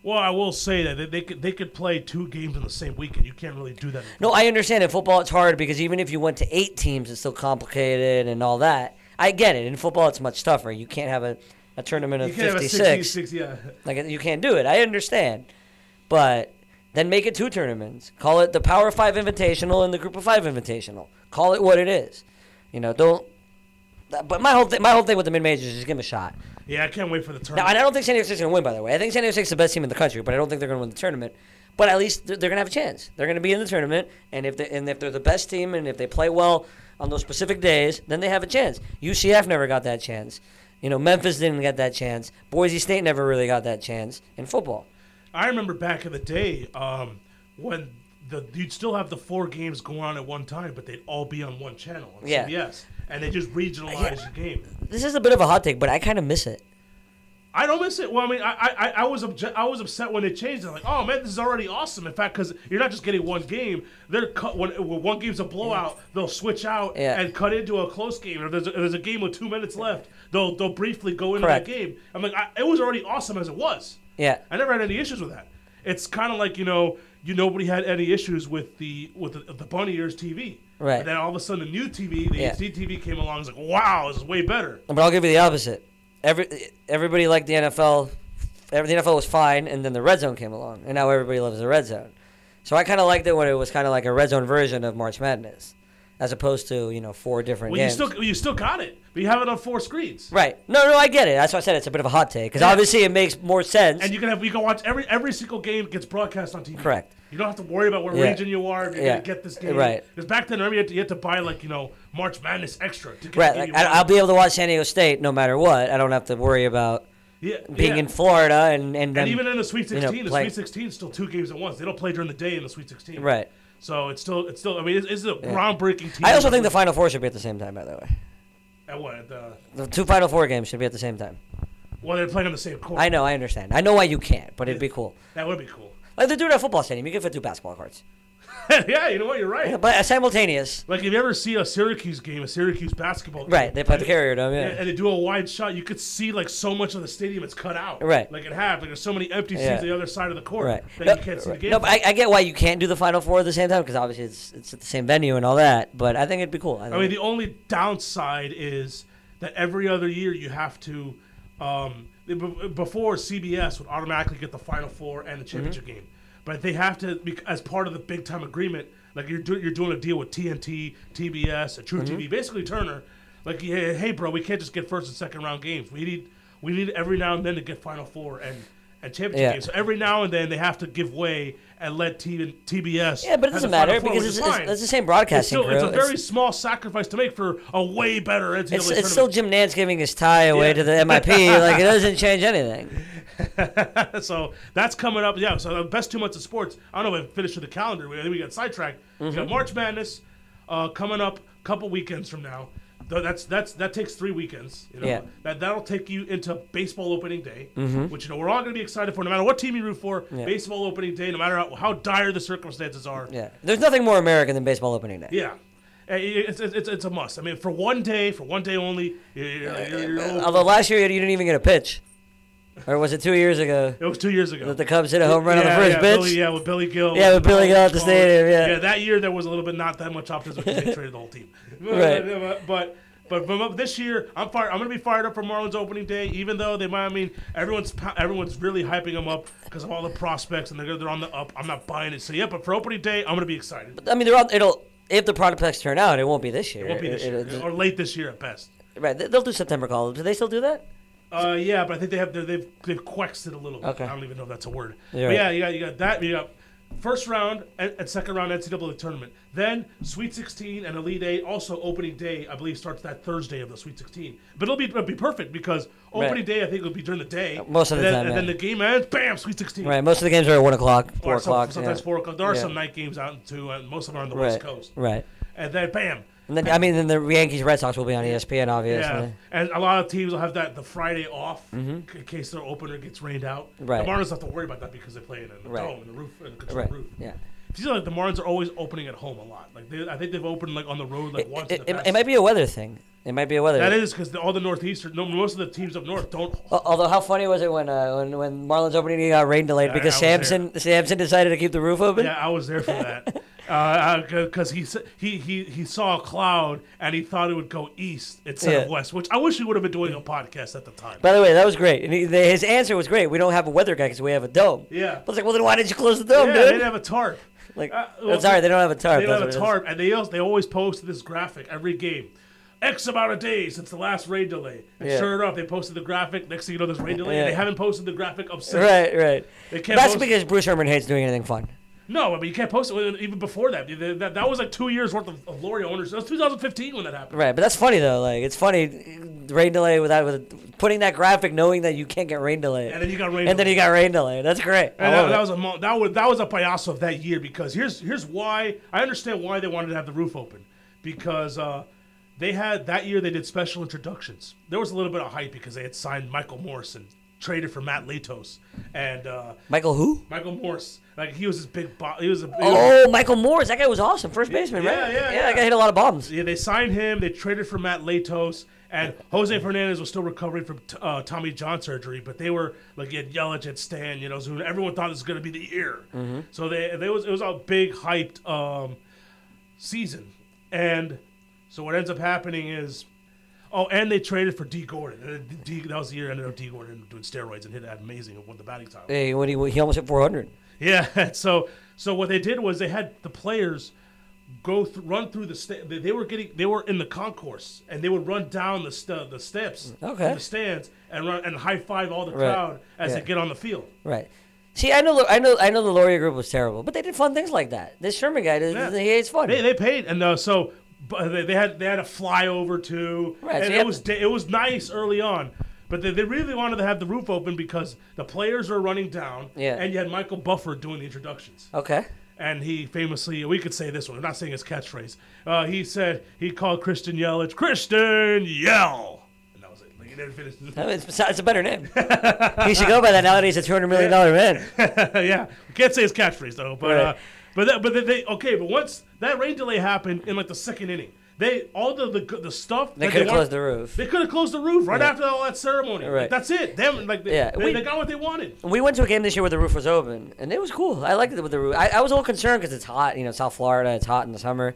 well, I will say that they, they could they could play two games in the same weekend. You can't really do that. No, I understand in football it's hard because even if you went to eight teams, it's still complicated and all that. I get it. In football, it's much tougher. You can't have a, a tournament of You can't have a 56. 66, yeah. Like you can't do it. I understand, but then make it two tournaments. Call it the Power Five Invitational and the Group of Five Invitational. Call it what it is. You know, don't. But my whole thing, my whole thing with the mid majors is just give them a shot. Yeah, I can't wait for the turn. Now, and I don't think San Diego State's gonna win. By the way, I think San Diego State's the best team in the country, but I don't think they're gonna win the tournament. But at least they're, they're gonna have a chance. They're gonna be in the tournament, and if they, and if they're the best team, and if they play well on those specific days, then they have a chance. UCF never got that chance. You know, Memphis didn't get that chance. Boise State never really got that chance in football. I remember back in the day um, when the you'd still have the four games going on at one time, but they'd all be on one channel on Yeah. CBS, and they just regionalized the game. This is a bit of a hot take, but I kind of miss it. I don't miss it. Well, I mean, I I, I- I was obje- I was upset when they changed it. Like, oh man, this is already awesome. In fact, because you're not just getting one game. They're cut when, when one game's a blowout, they'll switch out Yeah. and cut into a close game. Or if there's a, if there's a game with two minutes left, they'll they'll briefly go into Correct. that game. I'm like, I, it was already awesome as it was. Yeah. I never had any issues with that. It's kind of like you know, you nobody had any issues with the with the, the bunny ears TV. Right. And then all of a sudden, the new TV, the Yeah. HD TV came along. It's like, wow, this is way better. But I'll give you the opposite. Every everybody liked the NFL. Every, the NFL was fine, and then the red zone came along, and now everybody loves the red zone. So I kind of liked it when it was kind of like a red zone version of March Madness, as opposed to you know four different Well, games. you still you still got it, but you have it on four screens. right? No, no, I get it. That's why I said it's a bit of a hot take because obviously it makes more sense. And you can have you can watch every every single game gets broadcast on TV. Correct. You don't have to worry about what Yeah. region you are. If you're Yeah. gonna get this game Right. Because back then, remember, you had, to, you had to buy like you know March Madness extra to get right? the Like, game I, you I'll wanted. be able to watch San Diego State no matter what. I don't have to worry about yeah, being yeah. in Florida and and, then, and even in the Sweet you know, Sixteen, the play- Sweet Sixteen is still two games at once. They don't play during the day in the Sweet Sixteen. Right. So it's still it's still I mean it's, it's a groundbreaking team. I also think the Final Four should be at the same time. By the way, at what the, the two Final Four games should be at the same time. well they're playing on the same court. I know, I understand. I know why you can't, but it'd be cool. That would be cool. Like they do it at football stadium. You can fit two basketball courts, yeah, you know what? You're right. but a simultaneous. Like if you ever see a Syracuse game, a Syracuse basketball game, Right, they play the and- carrier dome. and, Yeah. and they do a wide shot, you could see like so much of the stadium is cut out. Right. Like it half. Like there's so many empty seats Yeah. on the other side of the court Right. that No, you can't see the right. game. No, but I, I get why you can't do the Final Four at the same time because obviously it's it's at the same venue and all that. But I think it'd be cool. I, I think mean, the only downside is that every other year you have to. Um, b- b- before CBS would automatically get the Final Four and the championship Mm-hmm. game, but they have to bec- as part of the big time agreement. Like you're doing, you're doing a deal with TNT, TBS, a True Mm-hmm. TV, basically Turner. Like, hey, hey, bro, we can't just get first and second round games. We need we need every now and then to get Final Four and. And championship Yeah. games. So every now and then they have to give way and let T- TBS. yeah, but have the it doesn't matter Final Four, because which is it's, it's, fine. it's the same It's broadcasting still, crew. it's a very small sacrifice to make for a way better NCAA it's, tournament. it's still Jim Nance giving his tie away Yeah. to the MIP. like it doesn't change anything. so that's coming up. Yeah, so the best two months of sports. I don't know if we finished with the calendar. We, I think we got sidetracked. We Mm-hmm. got March Madness uh, coming up a couple weekends from now. Th- That's that's that takes three weekends. You know? Yeah. Mm-hmm. That that'll take you into baseball opening day, which you know we're all going to be excited for, no matter what team you root for. Baseball opening day, no matter how, how dire the circumstances are. Yeah, there's nothing more American than baseball opening day. Yeah. Uh, It's, it's, it's, it's a must. I mean, for one day, for one day only. You're, you're- you're- you're- Although last year you didn't even get a pitch, or was it two years ago? it was two years ago. that The Cubs hit a home run on the first yeah, pitch. Billy, yeah, with Billy Gill. Yeah, with Billy Gill at the Oh, stadium, yeah. that year there was a little bit not that much optimism because they traded the whole team. Right. But but but this year I'm fired. I'm gonna be fired up for Marlins opening day, even though they might. I mean, everyone's pa- everyone's really hyping them up because of all the prospects and they're they're on the up. I'm not buying it. So yeah, but for opening day, I'm gonna be excited. I mean, they're all, it'll if the product packs turn out, it won't be this year. It won't be this It- year it'll or late this year at best. just- right, they- they'll do September call. Do they still do that? Uh, yeah, but I think they have they're- they've they've quexed it a little bit. Okay. I don't even know if that's a word. but You're right. yeah, you got you got that. You got first round and, and second round NCAA tournament. Then Sweet 16 and Elite Eight. Also opening day, I believe, starts that Thursday of the Sweet 16. But it'll be it'll be perfect because opening Right. Uh, day I think will be during the day. Most of and the then, time, and then yeah. the game ends. Bam, Sweet 16. Right, most of the games are at one o'clock, Or four some- o'clock. Sometimes yeah. four o'clock. There are Yeah. some night games out in two, and most of them are on the Right, West Coast. right. And then bam. And then I mean, then the Yankees Red Sox will be on E ESPN, obviously. Yeah, and a lot of teams will have that the Friday off in case their opener gets rained out. Mm-hmm. Right. The Marlins don't have to worry about that because they play it in the Right. dome and the roof and the Right. roof. Yeah. It seems like the Marlins are always opening at home a lot. Like they, I think they've opened like on the road like once. It, in the it, past. it might be a weather thing. It might be a weather. That is because all the northeastern, no, most of the teams up north don't. Al- Although, how funny was it when uh, when when Marlins opening day got rain delayed Yeah, because I was there. Samson Samson decided to keep the roof open? Yeah, I was there for that. Uh, Because he s he, he he saw a cloud and he thought it would go east instead of Yeah. Mm-hmm. west, which I wish we would have been doing a podcast at the time. By the way, that was great. And he, the, his answer was great. We don't have a weather guy because we have a dome. Yeah. I was like, well, then why did you close the dome, yeah, dude? they didn't have a tarp. like, Uh, oh, sorry, they don't have a tarp. They don't have that's a what it is. tarp, and they also, they always post this graphic every game. X amount of days since the last rain delay. And Yeah. sure enough, they posted the graphic. Next thing you know, there's rain delay. and they Yeah. haven't posted the graphic up since. Right, right. They can't That's post- because Bruce Herman hates doing anything fun. No, I mean you can't post it even before that. That, that- that was like two years worth of, of L'Oreal owners. That was 2015 when that happened. Right, but that's funny though. Like it's funny, rain delay without with putting that graphic, knowing that you can't get rain delay, And then you got rain. and then you got rain delay. That's great. And I that, love that it. was a mo- that was that was a payaso of that year because here's here's why I understand why they wanted to have the roof open because uh, they had that year they did special introductions. There was a little bit of hype because they had signed Michael Morrison, traded for Matt Latos and uh, Michael who? Michael Morse. Like he was this big. Bo- he was a. he was- Oh, Michael Morris. That guy was awesome. First baseman, Yeah, right? yeah, yeah. yeah. That guy hit a lot of bombs. Yeah, they signed him. They traded for Matt Latos, and Jose Fernandez was still recovering from t- uh, Tommy John surgery. But they were like you had Yelich and Stan, you know, so everyone thought this was going to be the year. So they, they was it was a big hyped um, season, and so what ends up happening is, oh, and they traded for D Gordon. And D, that was the year ended up D Gordon doing steroids and hit that amazing and won the batting title. Hey, when he, he almost hit 400. Yeah. So so what they did was they had the players go th- run through the sta- they, they were getting they were in the concourse and they would run down the st- the steps Okay. the stands and run and high five all the Right. crowd as Yeah. they get on the field. Right. See, I know, I know, I know. The Laurier group was terrible, but they did fun things like that. This Sherman guy, Yeah. he hates fun. They, they paid and uh, so but they, they had they had a flyover too Right, so and you it have was to- da- it was nice early on. But they, they really wanted to have the roof open because the players are running down, Yeah. and you had Michael Buffer doing the introductions. okay. And he famously, we could say this one. I'm not saying his catchphrase. Uh, he said he called Christian Yelich, Christian Yell, and that was it. Like he didn't finish. I mean, it's, it's a better name. he should go by that nowadays. A two hundred million dollar man. yeah, we can't say his catchphrase though. But uh, Right. but that, but they, they okay. But once that rain delay happened in like the second inning, they all the the, good- the stuff They that could have wanted- closed the roof. They could have closed the roof right after all that ceremony. Like, Right. that's it. Them like they, Yeah, they, we- they got what they wanted. We went to a game this year where the roof was open, and it was cool. I liked it with the roof. I, I was a little concerned because it's hot, you know, South Florida. It's hot in the summer,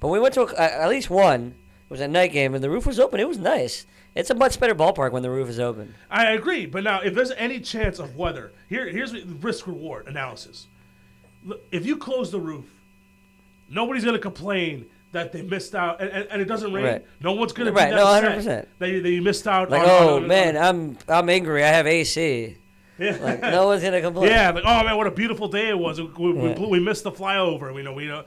but we went to a, a- at least one. It was a night game, and the roof was open. It was nice. It's a much better ballpark when the roof is open. I agree, but now if there's any chance of weather, here here's the risk reward analysis. Look, If you close the roof, nobody's gonna complain that they missed out, and, and, and it doesn't rain. Right. No one's gonna Right, be that no, upset 100%. That you, that you missed out. Like, on, on- oh on- on- man, I'm I'm angry. I have AC. yeah. Like, no one's gonna complain. yeah, like oh man, what a beautiful day it was. We, we, blew, we missed the flyover. We know we know.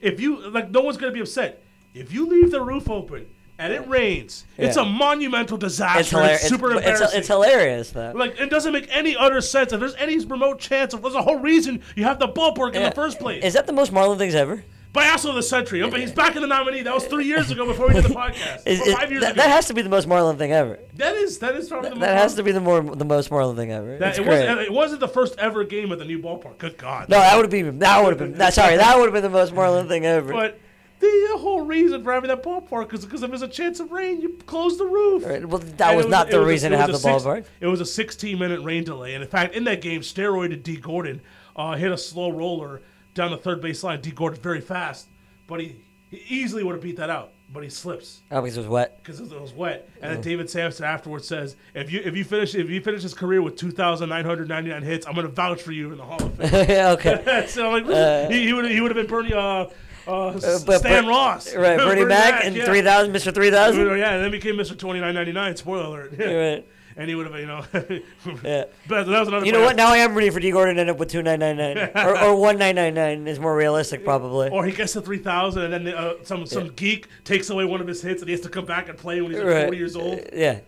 If you like, no one's gonna be upset. If you leave the roof open and it rains, it's Yeah. a monumental disaster. it's hilarious. It's super embarrassing. It's, hilarious though. Like it doesn't make any utter sense. If there's any remote chance, of, there's a whole reason you have the ballpark in Yeah. the first place. Is that the most Marlon things ever? Biasso of the century. Oh, but he's back in the nominee. That was three years ago before we did the podcast. Is- Or is- five years that, ago. that has to be the most Marlon thing ever. that is that is probably the That has to be the more the most Marlon thing ever. That, it's it, great. wasn't, it wasn't the first ever game at the new ballpark. Good God. no, that would have been that would have been that, sorry. That would have been the most Marlon thing ever. But the whole reason for having that ballpark is because if there's a chance of rain, you close the roof. Right, well, that And was it not the it was reason it to was have a the six- ballpark. It was a 16 minute rain delay, and in fact, in that game, steroided D Gordon uh, hit a slow roller down the third base line. D Gordon very fast, but he, he easily would have beat that out, but he slips oh, because it was wet. because it was wet. And then David Sampson afterwards says, "If you if you finish if you finish his career with 2,999 hits, I'm going to vouch for you in the Hall of Fame." okay. so like listen, he, he would he would have been Bernie uh, uh, S- but Stan Ber- Ross Right, Bernie Mac and yeah. three thousand, Mister Three Thousand. yeah and then became Mr. 2999 spoiler alert yeah. Right. and he would have you know Yeah. but that was another You know what? player. Now I am ready for D Gordon to end up with two nine nine nine or or one nine nine nine is more realistic probably. or he gets to 3000 and then uh, some some geek takes away one of his hits and he has to come back and play when he's like, Right. 40 years old Yeah.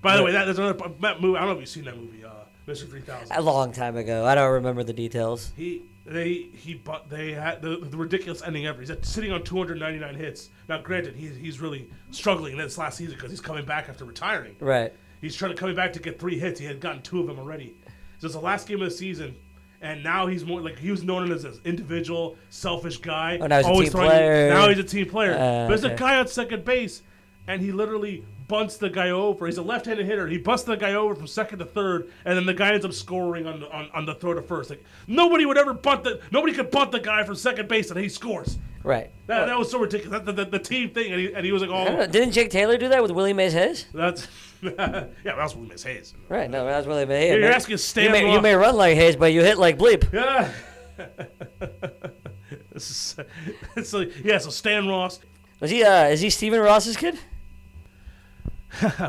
by the way that, that's another p- that movie I don't know if you've seen that movie uh, Mr. 3000 A long time ago. I don't remember the details. He they he but they had the, the ridiculous ending ever. He's at, sitting on 299 hits. Now, granted, he's he's really struggling this last season because he's coming back after retiring. Right. He's trying to coming back to get three hits. He had gotten two of them already. So it's the last game of the season, and now he's more like he was known as this individual, selfish guy. Oh, now he's a always team throwing- player. Now he's a team player. Uh, but there's okay. a guy on second base, and he literally bunts the guy over. He's a left-handed hitter. He bunts the guy over from second to third, and then the guy ends up scoring on the, on, on the throw to first. Like nobody would ever bunt the nobody could bunt the guy from second base, and he scores. Right. That, that was so ridiculous. That, the, the, the team thing, and he, and he was like, I don't know. "Oh, Didn't Jake Taylor do that with Willie Mays Hayes? that's yeah, that was Willie Miss Hayes." Right. No, that was Willie Mays. Hayes. You're man. asking Stan you may, you Ross. may run like Hayes, but you hit like Bleep. Yeah. This is- so yeah, so Stan Ross. Was he? Uh, is he Steven Ross's kid?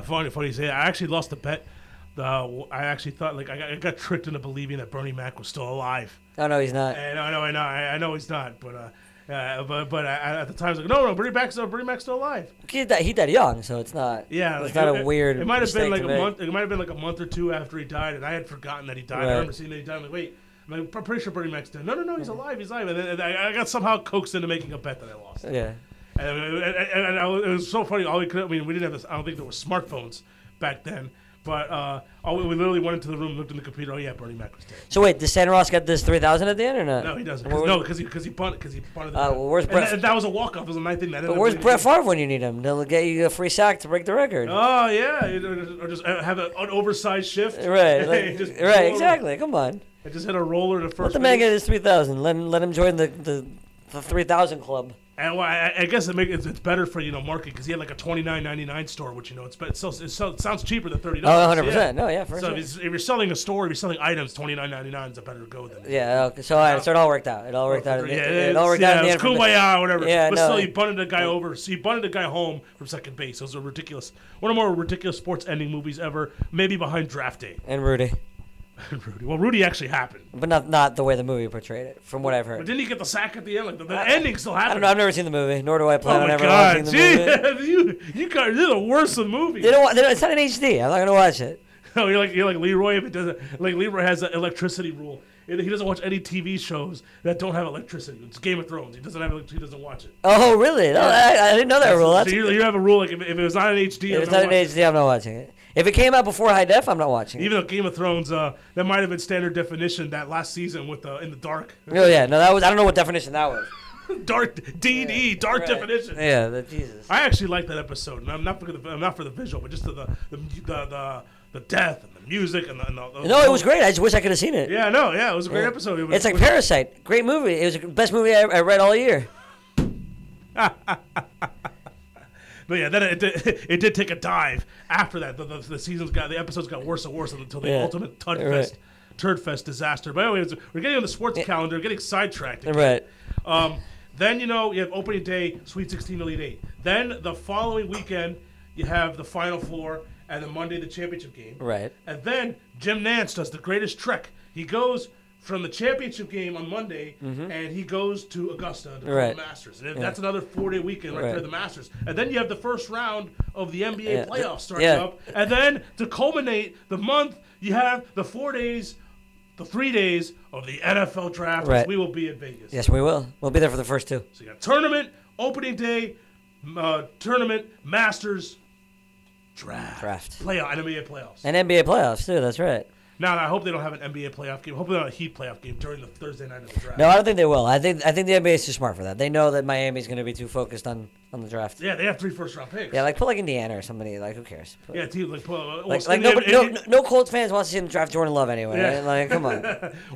funny, funny you say. that. I actually lost the bet. Uh, I actually thought like I got, I got tricked into believing that Bernie Mac was still alive. Oh no, he's not. And I know, I know, I, I know he's not. But uh, uh, but but I, I- at the time I was like, no, no, Bernie Mac's uh, Bernie Mac's still alive. He died, he died young, so it's not. Yeah, it's like, not it- a weird. It might have been mistake like to a make. month. It might have been like a month or two after he died, and I had forgotten that he died. Right. I remember seeing that he died. I'm like, wait, I'm, like, I'm pretty sure Bernie Mac's dead. No, no, no, Mm-hmm. he's alive. He's alive. And, then, and I, I got somehow coaxed into making a bet that I lost. Yeah. And, and, and, and I was- it was so funny. All we could, I mean, we didn't have this. I don't think there were smartphones back then. But uh, oh, we we literally went into the room, looked in the computer. Oh yeah, Bernie Mac was dead. So wait, does Santa Ross get this three thousand at the end or not? No, he doesn't. Where 'Cause- was- no, because he because he punted because he punted. the Uh, ball. well, where's and Brett- that, that was a walk off. It was a ninth inning. That ended But up where's being- Brett Favre when you need him? They'll get you a free sack to break the record. Oh yeah, you know, or just uh, have an an oversized shift. right, And like, just roll over. right, exactly. Come on, I just hit a roller to let first. the man base. get his three thousand. Let him let him join the the, the three thousand club. And well, I, I guess it makes it's, it's better for you know market because he had like a twenty nine ninety nine store, which you know it's but it's still, it's still, it sounds cheaper than thirty Oh, dollars. 100 percent. No, yeah, for So if, sure. it's- if you're selling a store, if you're selling items, twenty nine ninety nine is a better go than Yeah. Okay. So, all right, so it all worked out. It all worked out. in the- yeah, It, all worked yeah, out. in the it was end for me. kumbaya or whatever. Yeah, but no, still, it- you bunted a guy over. So you bunted a guy home from second base. Those are ridiculous. One of the more ridiculous sports ending movies ever. Maybe behind Draft Day. And Rudy, Rudy. Well, Rudy actually happened. but not not the way the movie portrayed it, from what I've But heard. didn't he get the sack at the end? Like the, the ending still happened. I don't know. I've never seen the movie, nor do I plan oh on my ever watching god, the gee, movie. you you guys, you're the worst of movies. They don't, wa- they don't. It's not in HD. I'm not gonna watch it. No, you're like you're like Leroy if it doesn't like Leroy has an electricity rule. He he doesn't watch any TV shows that don't have electricity. It's Game of Thrones. He doesn't have elec- he doesn't watch it. Oh, really? No, I, I didn't know that rule. so That's, you, you have a rule like if, if it was not in HD, if I'm it's not not in watching it. HD, I'm not watching it. If it came out before high def, I'm not watching it. even though Game of Thrones uh, that might have been standard definition that last season with the in the dark Oh yeah, no, that was. I don't know what definition that was. dark DD dark Right. definition. Yeah, the, Jesus. I actually like that episode, and I'm not for the I'm not for the visual, but just the the the the, the, the death and the music and the, and the No, it was great. I just wish I could have seen it. Yeah, no, yeah, it was a great episode. It was, It's like Parasite. Great movie. It was the best movie I, I read all year. But yeah, then it did, it did take a dive after that. The, the, the seasons got the episodes got worse and worse until the Yeah. ultimate turd Right. fest, turd fest disaster. But anyways, we're getting on the sports calendar, getting sidetracked. again. Right. Um, then you know you have opening day, Sweet 16, Elite Eight. Then the following weekend you have the Final Four, and then Monday the championship game. Right. And then Jim Nance does the greatest trick. He goes from the championship game on Monday, and he goes to Augusta to play Mm-hmm. Right. the Masters. And that's another four-day weekend right, Right. there, the Masters. And then you have the first round of the NBA Yeah, playoffs th- starting yeah. up. And then to culminate the month, you have the four days, the three days of the NFL draft. which Right. We will be in Vegas. Yes, we will. We'll be there for the first two. So you got tournament, opening day, m- uh, tournament, masters, draft, Draft. playoff, NBA playoffs. And NBA playoffs too. That's right. now, I hope they don't have an NBA playoff game. Hopefully, not a Heat playoff game during the Thursday night of the draft. No, I don't think they will. I think I think the NBA is too smart for that. They know that Miami's going to be too focused on on the draft. Yeah, they have three first round picks. Yeah, like put like Indiana or somebody. Like who cares? Put- yeah, team like, well, well, Like, so like they have- nobody, no, and- no Colts fans wants to see them draft Jordan Love anyway. Yeah. Right? Like, come on.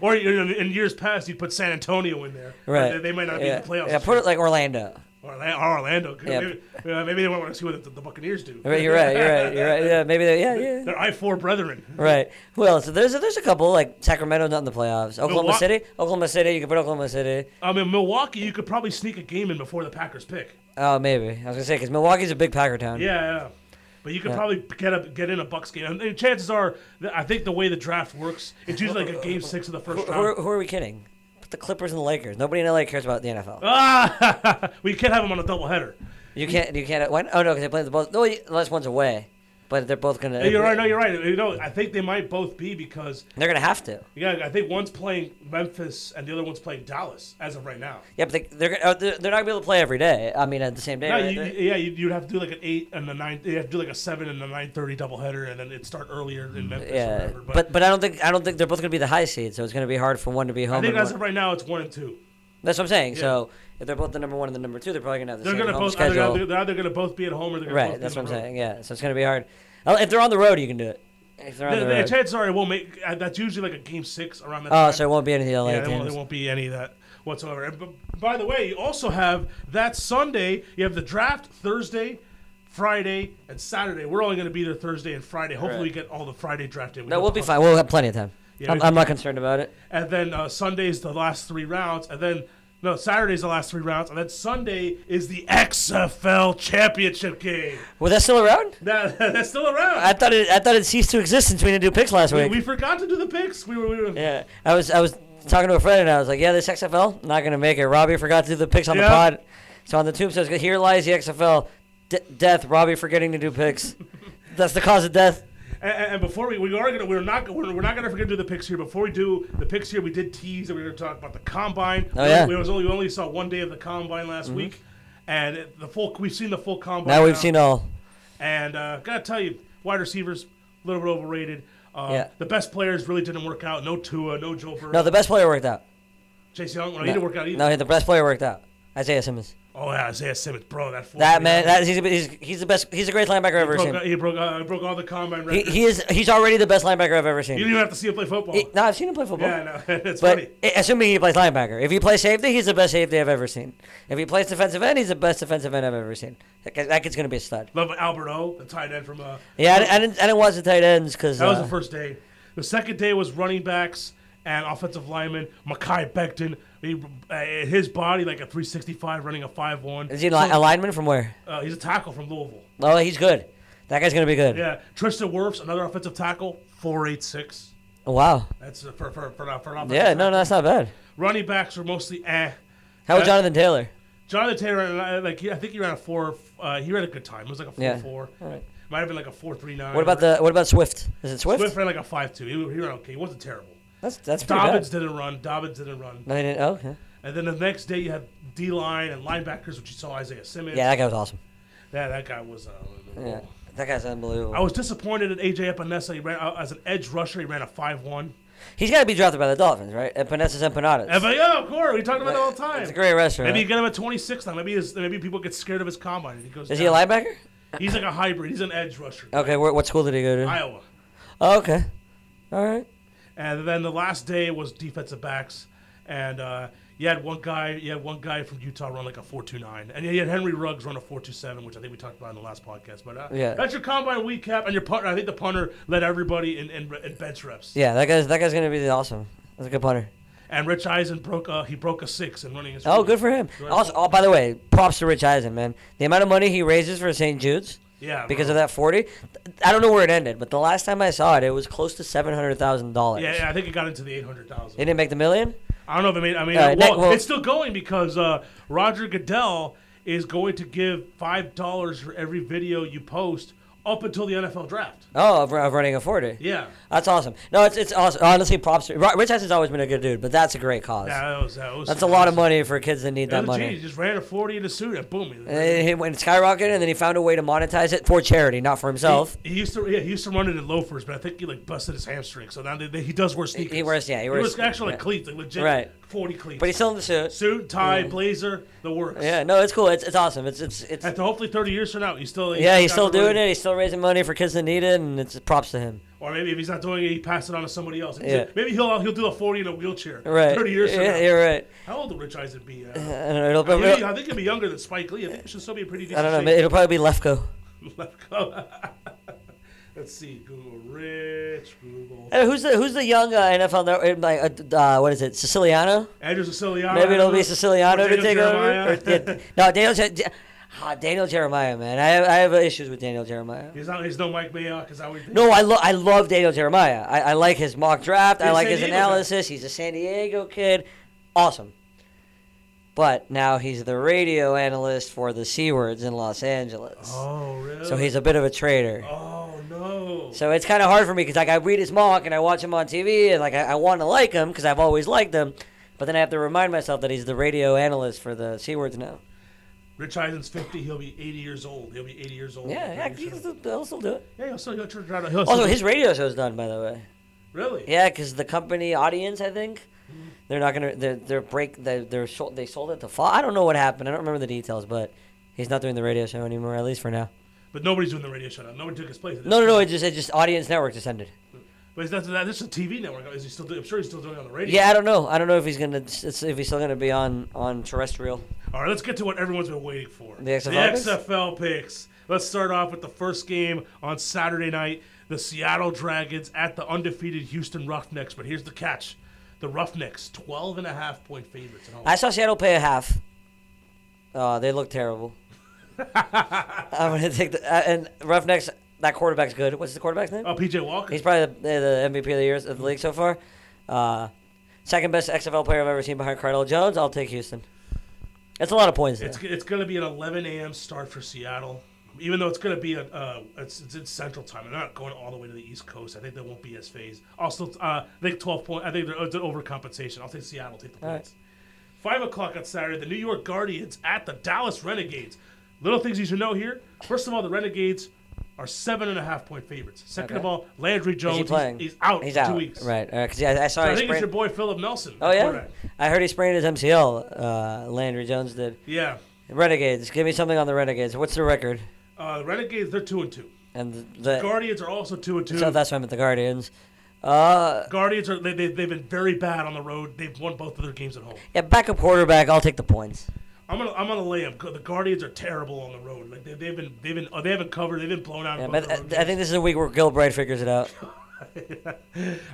or you know, in years past, you put San Antonio in there. but Right. They, they might not yeah. be in the playoffs. Yeah, put it like Orlando. or, Orla- or Orlando. 'cause Yeah. Maybe, uh, maybe they want to see what the, the Buccaneers do. Right, you're right. You're right. You're right. Yeah, maybe. They, yeah, yeah. They're I four brethren. Right. Well, so there's a, there's a couple like Sacramento not in the playoffs. Oklahoma Milwaukee- City, Oklahoma City. You could put Oklahoma City. I mean, Milwaukee, you could probably sneak a game in before the Packers pick. Oh, maybe I was gonna say because Milwaukee's a big Packer town. Yeah, yeah. But you could probably get a, get in a Bucks game, and, and chances are, that I think the way the draft works, it's usually like a game six of the first Who, who, are, round. who are we kidding? Put the Clippers and the Lakers. Nobody in LA cares about the NFL. Ah, we can't have them on a doubleheader. You can't. You can't. Why, oh no, because they play the both. No, you- unless one's away, but they're both gonna. Hey, You're right. No, you're right. You know, I think they might both be because They're gonna have to. yeah, I think one's playing Memphis and the other one's playing Dallas as of right now. Yeah, but they, they're gonna- oh, they're they're not gonna be able to play every day. I mean, at the same day. No, right? you, They're- yeah, you, you'd have to do like an eight and a nine. You have to do like a seven and a nine thirty doubleheader, and then it start earlier in Memphis. or Mm, yeah, whatever, but but I don't think I don't think they're both gonna be the high seed, so it's gonna be hard for one to be home. I think and as of one- right now, it's one and two. That's what I'm saying. So if they're both the number one and the number two, they're probably gonna have the They're same gonna home both. They're, schedule. gonna, they're either gonna both be at home or they're gonna both be right, that's on what I'm the road. saying. Yeah, so it's gonna be hard. Oh, If they're on the road, you can do it. If they're on The, the the road. chances are it won't make. Uh, that's usually like a game six around that. Oh, time. so it won't be any of the LA yeah, there won't, games. there won't be any of that whatsoever. And b- by the way, you also have that Sunday. You have the draft Thursday, Friday, and Saturday. We're only going to be there Thursday and Friday. Hopefully, we get all the Friday draft in. No, we'll be fine. We'll have plenty of time. Yeah, I'm, we- I'm not concerned about it. And then uh, Sunday's the last three rounds, and then. No, Saturday's the last three rounds, and then Sunday is the XFL championship game. Was that still around? That, that's still around. I thought it. I thought it ceased to exist since we didn't do picks last we, week. we forgot to do the picks. We were, we were yeah, I was. I was talking to a friend and I was like, "Yeah, this XFL not gonna make it." Robbie forgot to do the picks on Yeah. the pod. So on the tube says, "Here lies the XFL, De- death." Robbie forgetting to do picks. That's the cause of death. And, and- and before we, we are gonna we're not we're, we're not gonna forget to do the picks here. Before we do the picks here, we did tease that we were gonna talk about the combine. Oh, we, yeah. Mm-hmm. we was only we only saw one day of the combine last week, and it- the full we've seen the full combine. Now we've seen all. and uh, gotta tell you, wide receivers a little bit overrated. Uh, Yeah. The best players really didn't work out. No Tua, no Joe Burrow. No, the best player worked out. Chase Young, well, he didn't work out either. No, the best player worked out. Isaiah Simmons. Oh, yeah, Isaiah Simmons, bro, that fool- That man, that, he's, he's, he's the best. He's the greatest linebacker I've ever broke, seen. he broke, uh, broke all the combine He, records. he is. He's already the best linebacker I've ever you seen. didn't even have to see him play football. He- no, I've seen him play football. yeah, no, it's But funny. i- assuming he plays linebacker, if he plays safety, he's the best safety I've ever seen. If he plays defensive end, he's the best defensive end I've ever seen. That guy- that kid's gonna be a stud. Love Albert O, the tight end from. Uh, Yeah, I, di- I didn't. I didn't watch the tight ends uh, because That was the first day. The second day was running backs and offensive linemen. Makai Becton, he, uh, his body like a 365, running a 5'1. is he li- a lineman from where? Uh, he's a tackle from Louisville. Oh, he's good. That guy's gonna be good. Yeah, Tristan Wirfs, another offensive tackle, 4'86. Oh, Wow. That's uh, for for for, uh, for an offensive Yeah. No, tackle. no, that's not bad. Running backs were mostly eh. How about Yeah. Jonathan Taylor? Jonathan Taylor, uh, like he- I think he ran a four. Uh, he ran a good time. It was like a four Yeah. four. All right. Might have been like a four three nine. What about the? What about Swift? Is it Swift? Swift ran like a five two. He, he ran okay. He wasn't terrible. That's that's pretty Dobbins bad. didn't run. Dobbins didn't run. No, he didn't. Oh, okay. And then the next day you had D line and linebackers, which you saw Isaiah Simmons. Yeah, that guy was awesome. yeah that guy was. Uh, Yeah, that guy's unbelievable. I was disappointed at AJ Epinesa. He ran uh, as an edge rusher. He ran a five one. He's got to be drafted by the Dolphins, right? Epanesas and Empanadas. And but yeah, of course, we talked about it all the time. It's a great restaurant. Maybe you get him at 26 now. Maybe his, maybe people get scared of his combine. And he goes. Is he a linebacker? He's like a hybrid. He's an edge rusher. Okay, where, what school did he go to? Iowa. oh, okay. All right. And then the last day was defensive backs, and uh, you had one guy, you had one guy from Utah run like a four two nine, and you had Henry Ruggs run a four two seven, which I think we talked about in the last podcast. But uh, Yeah. that's your combine week cap, and your punter. I think the punter led everybody in, in, in bench reps. Yeah, that guy's that guy's gonna be awesome. That's a good punter. And Rich Eisen broke uh, he broke a six in running his. Oh, good for him. Also, oh, by the way, props to Rich Eisen, man. The amount of money he raises for St. Jude's Yeah, because bro. of that forty. I don't know where it ended, but the last time I saw it, it was close to seven hundred thousand dollars. Yeah, yeah, I think it got into the eight hundred They thousand. didn't make the million. I don't know if it made. I mean, All right, well, Nick, well- it's still going because uh, Roger Goodell is going to give five dollars for every video you post up until the NFL draft. Oh, of, of running a forty. Yeah. That's awesome. No, it's it's awesome. Honestly, props. To, Ro- Rich Eisen's always been a good dude, but that's a great cause. Yeah, Oh, that was, that was That's a lot of money for kids that need The that other money. G's just ran a 40 in a suit and boom. he- And He went skyrocketed, and then he found a way to monetize it for charity, not for himself. He, used to yeah, he used to run it in loafers, but I think he like busted his hamstring. So now they, they, he does wear sneakers. wears- yeah, he wears- actually like yeah. cleats, like legit Right. 40 cleats. But he's still in the suit. suit, tie, blazer, the works. Yeah, no, it's cool. It's, it's awesome. It's it's it's. After hopefully 30 years from now, he's still Yeah, he's still doing running. it. He's still raising money for kids that need it, and it's props to him. Or maybe if he's not doing it, he passed it on to somebody else. Yeah. Maybe he'll he'll do a 40 in a wheelchair. Right. 30 years from yeah, now. You're right. How old will Rich Eisen be? Uh, I don't know. It'll, I think- it'll- I think he'll be younger than Spike Lee. I think he should still be a pretty decent I don't know. shape. ma- It'll probably be Lefko. Left go. Let's see. Google Rich. Google. Hey, who's the Who's the young uh, NFL? Network, like, uh, uh, what is it? Siciliano? Andrew Siciliano. Maybe it'll be Siciliano Or Uh, Daniel to take Jeremiah. over. Or- yeah, no, Daniel. Je- Je- Ah, Daniel Jeremiah, man. I have, I have issues with Daniel Jeremiah. He's not. He's no Mike Mayock. Is that what you think? No, I love I love Daniel Jeremiah. I, I like his mock draft. I He's a like San his Diego guy. analysis. He's a San Diego kid, awesome. But now he's the radio analyst for the C words in Los Angeles, Oh really? so he's a bit of a traitor. Oh no. So it's kind of hard for me because like I read his mock and I watch him on TV and like I, I want to like him because I've always liked him, but then I have to remind myself that he's the radio analyst for the C words now. Rich Eisen's fifty. He'll be eighty years old. He'll be eighty years old. Yeah, yeah, He'll he'll still, he'll still do it. yeah. He'll still he'll turn around. He'll Also, still, his radio show's done by the way. really. Yeah, because the company audience, I think, they're not gonna they're, they're break they they're sold, they sold it to fall. I don't know what happened. I don't remember the details, but he's not doing the radio show anymore, at least for now. But nobody's doing the radio show now. Nobody took his place. No, no, no. It just it just audience network just ended. But is that, that this is a TV network? Is he still? doing- I'm sure he's still doing it on the radio. Yeah, I don't know. I don't know if he's gonna it's- if he's still gonna be on on terrestrial. All right, let's get to what everyone's been waiting for. The XFL picks? XFL picks. Let's start off with the first game on Saturday night. The Seattle Dragons at the undefeated Houston Roughnecks. But here's the catch. The Roughnecks, 12 and a half point favorites at home. I saw Seattle pay a half. Uh, they look terrible. I'm gonna take the uh, and Roughnecks. That quarterback's good. What's the quarterback's name? oh, PJ Walker. He's probably the, the MVP of the year of the league so far. Uh, second best XFL player I've ever seen behind Cardinal Jones. I'll take Houston. It's a lot of points. There. It's, it's going to be an 11 a.m. start for Seattle. Even though it's going to be a, uh, it's, it's in Central Time. They're not going all the way to the East Coast. I think they won't be as phased. Also, uh, I think 12 point. I think they're, it's an overcompensation. I'll take Seattle. Take the right. points. Five o'clock on Saturday, the New York Guardians at the Dallas Renegades. Little things you should know here. First of all, the Renegades are seven and a half point favorites. Second of Okay. all, Landry Jones Is he he's- playing? He's, out. He's for out. Two weeks. Right. Because yeah, I, I saw. So he I think it's sprained- your boy Philip Nelson. oh yeah. quarterback. I heard he sprained his MCL. Uh, Landry Jones did. Yeah. Renegades. Give me something on the Renegades. What's the record? Uh, Renegades, they're two and two. And the Guardians are also two and two. so that's why I'm at the Guardians. Uh, Guardians are they, they, they've been very bad on the road. They've won both of their games at home. yeah, backup quarterback. I'll take the points. I'm gonna I'm gonna lay up. The Guardians are terrible on the road. Like they, they've been they've been oh, they haven't covered. They've been blown out. in Yeah, both but their I, road I think this is a week where Gilbride figures it out.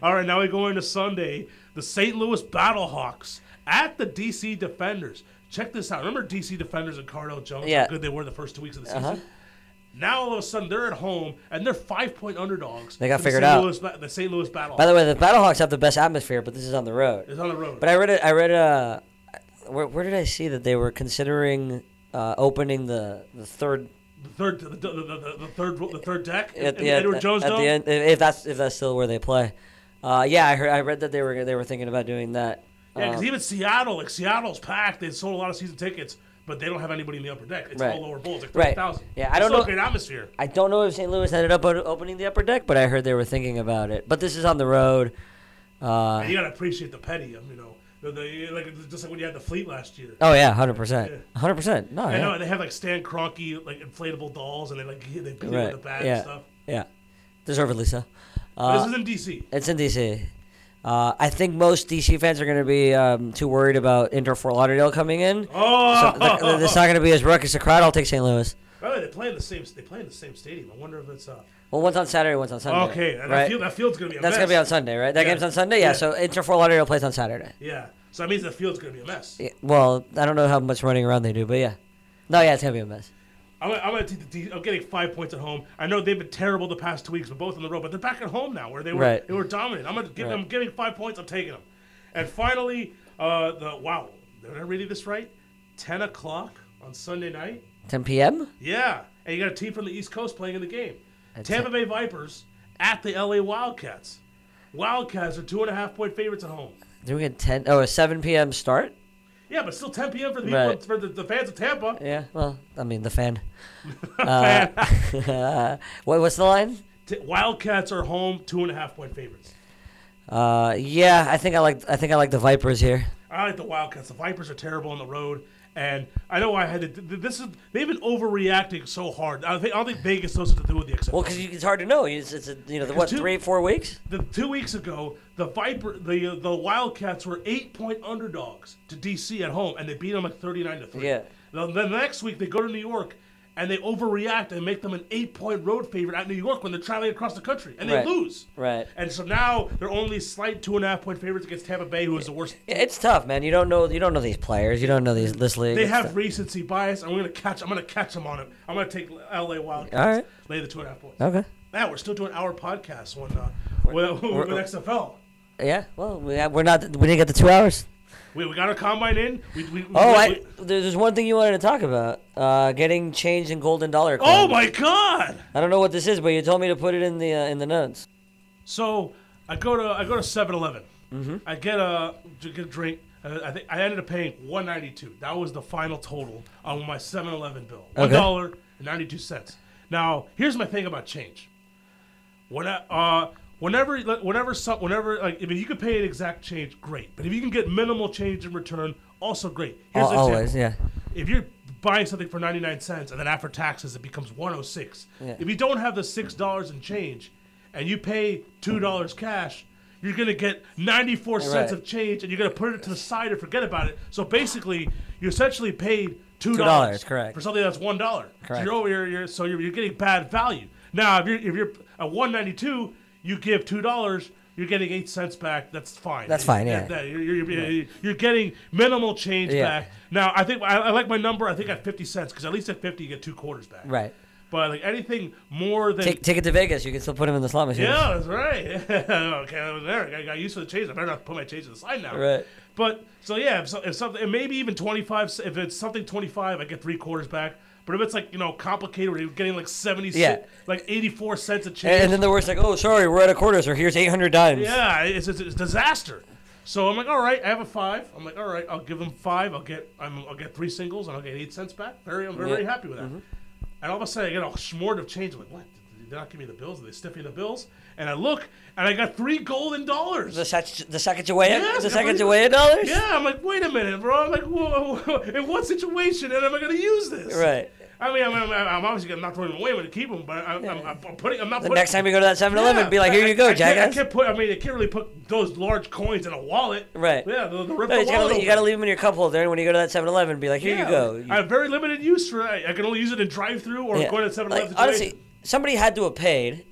All right, now we go into Sunday. The St. Louis Battlehawks at the DC Defenders. Check this out. Remember DC Defenders and Cardell Jones? Yeah. Uh-huh. How good they were the first two weeks of the season. Now all of a sudden they're at home and they're five point underdogs. They got to the figured St. out. Louis Ba- the St. Louis Battlehawks. By the way, the Battlehawks have the best atmosphere, but this is on the road. it's on the road. But I read it. I read uh, where, where did I see that they were considering uh, opening the the third the third, the, the, the, the third, the third deck. at in the, at, Edward Jones at Dome? the end if if that's if that's still where they play. Uh, yeah, I heard. I read that they were they were thinking about doing that. Yeah, because Um, even Seattle, like Seattle's packed. They sold a lot of season tickets, but they don't have anybody in the upper deck. It's Right. all lower bowls, like Right. three thousand. Yeah, I don't know- A great atmosphere. I don't know if St. Louis ended up o- opening the upper deck, but I heard they were thinking about it. But this is on the road. Uh, And you gotta appreciate the petty, um, you know, the, the, like just like when you had the fleet last year. oh yeah, hundred percent, hundred percent. No, I know yeah. and they have like Stan Kroenke, like inflatable dolls, and they like hit- they beat him right, with the bat and yeah, Uh, stuff. yeah. Deservedly so. But Uh, this is in DC. it's in DC. Uh, I think most DC fans are going to be um, too worried about Inter Fort Lauderdale coming in. Oh, So, like, it's not going to be as ruckus a crowd. I'll take St. Louis. by the way, they play in the same. They play in the same stadium. I wonder if it's uh, Well, one's on Saturday, one's on Sunday. okay. and right? That, field, that field's gonna be a That's mess. going to be on Sunday, right? That Yeah. game's on Sunday. Yeah. Yeah. So Inter Fort Lauderdale plays on Saturday. Yeah, so that means the field's gonna be a mess. Yeah, well, I don't know how much running around they do, but yeah. No, yeah, it's going to be a mess. I'm, gonna- I'm gonna take the D. I'm getting five points at home. I know they've been terrible the past two weeks, but both on the road. But they're back at home now, where they were Right. they were dominant. I'm gonna give Right. I'm giving five points. I'm taking them. And finally, uh, the wow, did I read this right? Ten o'clock on Sunday night. 10 p.m.? Yeah, and you got a team from the East Coast playing in the game. That's Tampa Bay Vipers at the LA Wildcats. Wildcats are two and a half point favorites at home. Doing a 10, oh, a 7 p.m. start? Yeah, but still 10 p.m. for the people, Right. for the, the fans of Tampa. Yeah, well, I mean, the fan. Uh, what, what's the line? T- Wildcats are home two and a half point favorites. Uh, yeah, I think I like I think I like the Vipers here. I like the Wildcats. The Vipers are terrible on the road, and I know I had to. th- This is they've been overreacting so hard. I, think, I don't think Vegas knows what to do with the exception. Well, because it's hard to know. It's, it's a, you know the, what two- three four weeks. the, two weeks ago, the Viper, the uh, the Wildcats were eight point underdogs to DC at home, and they beat them like thirty nine to three. Yeah. Now, the next week they go to New York, and they overreact and make them an eight point road favorite at New York when they're traveling across the country, and they Right. lose. Right. And so now they're only slight two and a half point favorites against Tampa Bay, who is the worst Yeah, It's tough, man. You don't know you don't know these players. You don't know these this league. They It's have tough. recency bias. I'm gonna catch. I'm gonna catch them on it. I'm gonna take L.A. Wildcats. All right. Lay the two and a half points. okay. Now we're still doing our podcast when uh, with, with we're- XFL. Yeah. Well, we, we're not we didn't get the two hours. We, we got our combine in. We, we, we- Oh, we- I, there's there's one thing you wanted to talk about. Uh, getting changed in golden dollar. oh coin. my God! I don't know what this is, but you told me to put it in the uh, in the notes. So I go to I go to 7-Eleven. Mm-hmm. I get a get a drink. Uh, I think I ended up paying 192. That was the final total on my 7-Eleven bill. One Okay. dollar and ninety two cents. Now here's my thing about change. When I, uh, whenever whenever some, whenever like I mean you can pay an exact change, great. But if you can get minimal change in return, also great. Here's Al- an always, example. yeah. If you're buying something for 99 cents and then after taxes it becomes 106. Yeah. If you don't have the $6 in change and you pay $2 cash, you're going to get 94 cents right. of change and you're going to put it to the side or forget about it. So basically, you essentially paid $2, $2, correct. for something that's $1. So Correct. you're over you're, you're, so you're, you're getting bad value. Now, if you're if you're at 192, you give $2 you're getting eight cents back. That's fine. That's fine, yeah. That- that- you're, you're- you're- you're getting minimal change Yeah. back. Now, I think I, I like my number. I think at fifty cents because at least at fifty you get two quarters back. Right. But like anything more than Take take it to Vegas. You can still put him in the slot machine. yeah, that's right. okay, I was there. I got used to the change. I better not put my change to the side now. Right. But so yeah, if, so, if something, and maybe even twenty five. If it's something twenty five, I get three quarters back. But if it's like you know complicated, where you're getting like seventy, Yeah. like eighty four cents a change. And, and then the worst, like, oh, sorry, we're out of quarters, or here's 800 dimes. Yeah, it's, it's, it's a disaster. So I'm like, all right, I have a five. I'm like, all right, I'll give him five. I'll get I'm, I'll get three singles and I'll get eight cents back. Very, I'm very, Yeah. Mm-hmm. happy with that. And all of a sudden, I get a smorn of change. I'm like, what? they're not giving me the bills. They stiff me the bills, and I look, and I got three golden dollars. The, sach- the Sacagawea, Yeah, the everybody- Sacagawea dollars. Yeah, I'm like, wait a minute, bro. I'm like, whoa, whoa, in what situation am I going to use this? Right. I mean, I'm, I'm, I'm obviously gonna not throwing them away, but to keep them. But I'm, I'm, I'm putting. I'm not. The putting, next time you go to that 7-Eleven, Yeah, be like, here I- you go, I can't- I jackass. can't put. I mean, you can't really put those large coins in a wallet. Right. Yeah. The, the rip the No, Oh, you, gotta, wallet le- you gotta open. leave them in your cup holder, and when you go to that 7-Eleven, be like, here Yeah, you go. I have very limited use for. I, I can only use it in drive-through or Yeah. go to 7-Eleven. Like, honestly, somebody had to have paid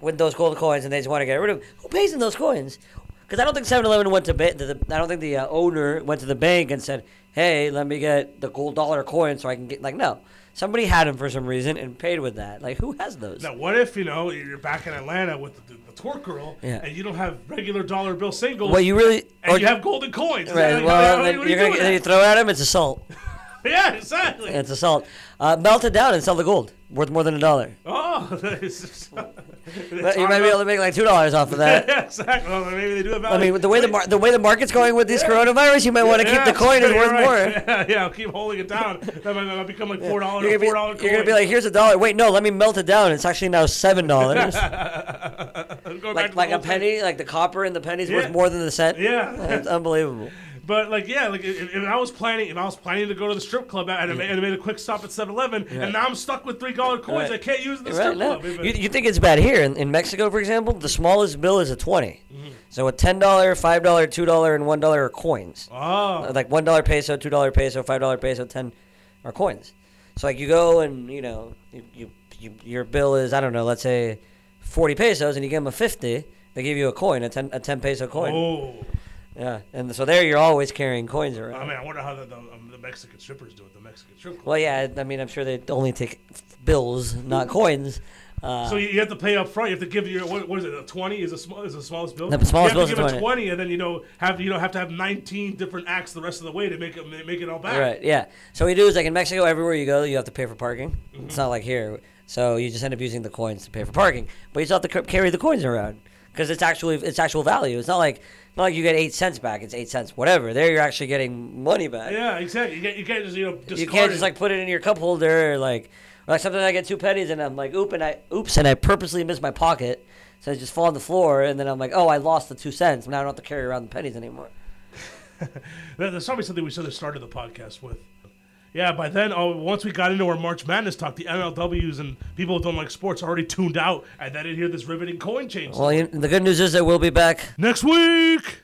with those gold coins, and they just want to get rid of. Who pays in those coins? Because I don't think 7-Eleven went to, ba- to the. I don't think the uh, owner went to the bank and said, "Hey, let me get the gold dollar coin so I can get." Like, no, somebody had them for some reason and paid with that. Like, who has those? Now, what if you know you're back in Atlanta with the, the, tour girl, Yeah. and you don't have regular dollar bill singles, Well, you really. and or- you have golden coins? Is that Right. like- Well, how- then what do you're do gonna with then you that? throw it at him. It's assault. yeah, exactly. It's assault. Uh, melt it down and sell the gold, worth more than a dollar. Oh, that is- But you might be able to make like two dollars off of that. yeah, exactly. Well, maybe they do have. I mean, with the way the mar- the way the market's going with these coronavirus, you might want to keep the coin is worth more. Yeah, yeah, I'll keep holding it down. That might, that might become like four dollars. You're Four gonna, dollar be, coin. you're gonna be like, here's a dollar. Wait, no, let me melt it down. It's actually now seven dollars. I'm going back to the like like a whole thing. penny, like the copper and the penny's Yeah. worth more than the cent. Yeah, It's unbelievable. but like yeah, like if, if I was planning, if I was planning to go to the strip club and, I ma- and I made a quick stop at 7-Eleven, and now I'm stuck with three dollar coins I Right. can't use in the Right, strip no. club. You, you think it's bad here in, in Mexico, for example? The smallest bill is a 20 Mm-hmm. So a ten dollar, five dollar, two dollar, and one dollar are coins. oh, like one dollar peso, two dollar peso, five dollar peso, ten are coins. So like you go and you know you, you, you your bill is I don't know, let's say forty pesos, and you give them a fifty, they give you a coin, a ten a ten peso coin. oh. Yeah, and so there you're always carrying coins I around. mean, I wonder how the, the, um, the Mexican strippers do it. The Mexican strip club. well, yeah, I mean I'm sure they only take bills, not coins. Uh, So you you have to pay up front. You have to give your what, what is it? A twenty is a small is the smallest bill. The smallest you have bill's to a give a 20. twenty, and then you know have you know have to have nineteen different acts the rest of the way to make it make it all back. Right. Yeah. So what you do is like in Mexico, everywhere you go, you have to pay for parking. It's Mm-hmm. not like here. So you just end up using the coins to pay for parking, but you still have to c- carry the coins around because it's actually it's actual value. It's not like not like you get eight cents back. It's eight cents, whatever. There you're actually getting money back. Yeah, exactly. You, can't- you can't just you know discard you can't it. just like put it in your cup holder or like or, like sometimes I get two pennies and I'm like oop and I oops and I purposely miss my pocket, so I just fall on the floor and then I'm like oh I lost the two cents. Now I don't have to carry around the pennies anymore. That- That's probably something we should have started the podcast with. Yeah, by then, oh, once we got into our March Madness talk, the MLWs and people who don't like sports already tuned out, and they didn't hear this riveting coin change. Well, you, the good news is that we'll be back Next week.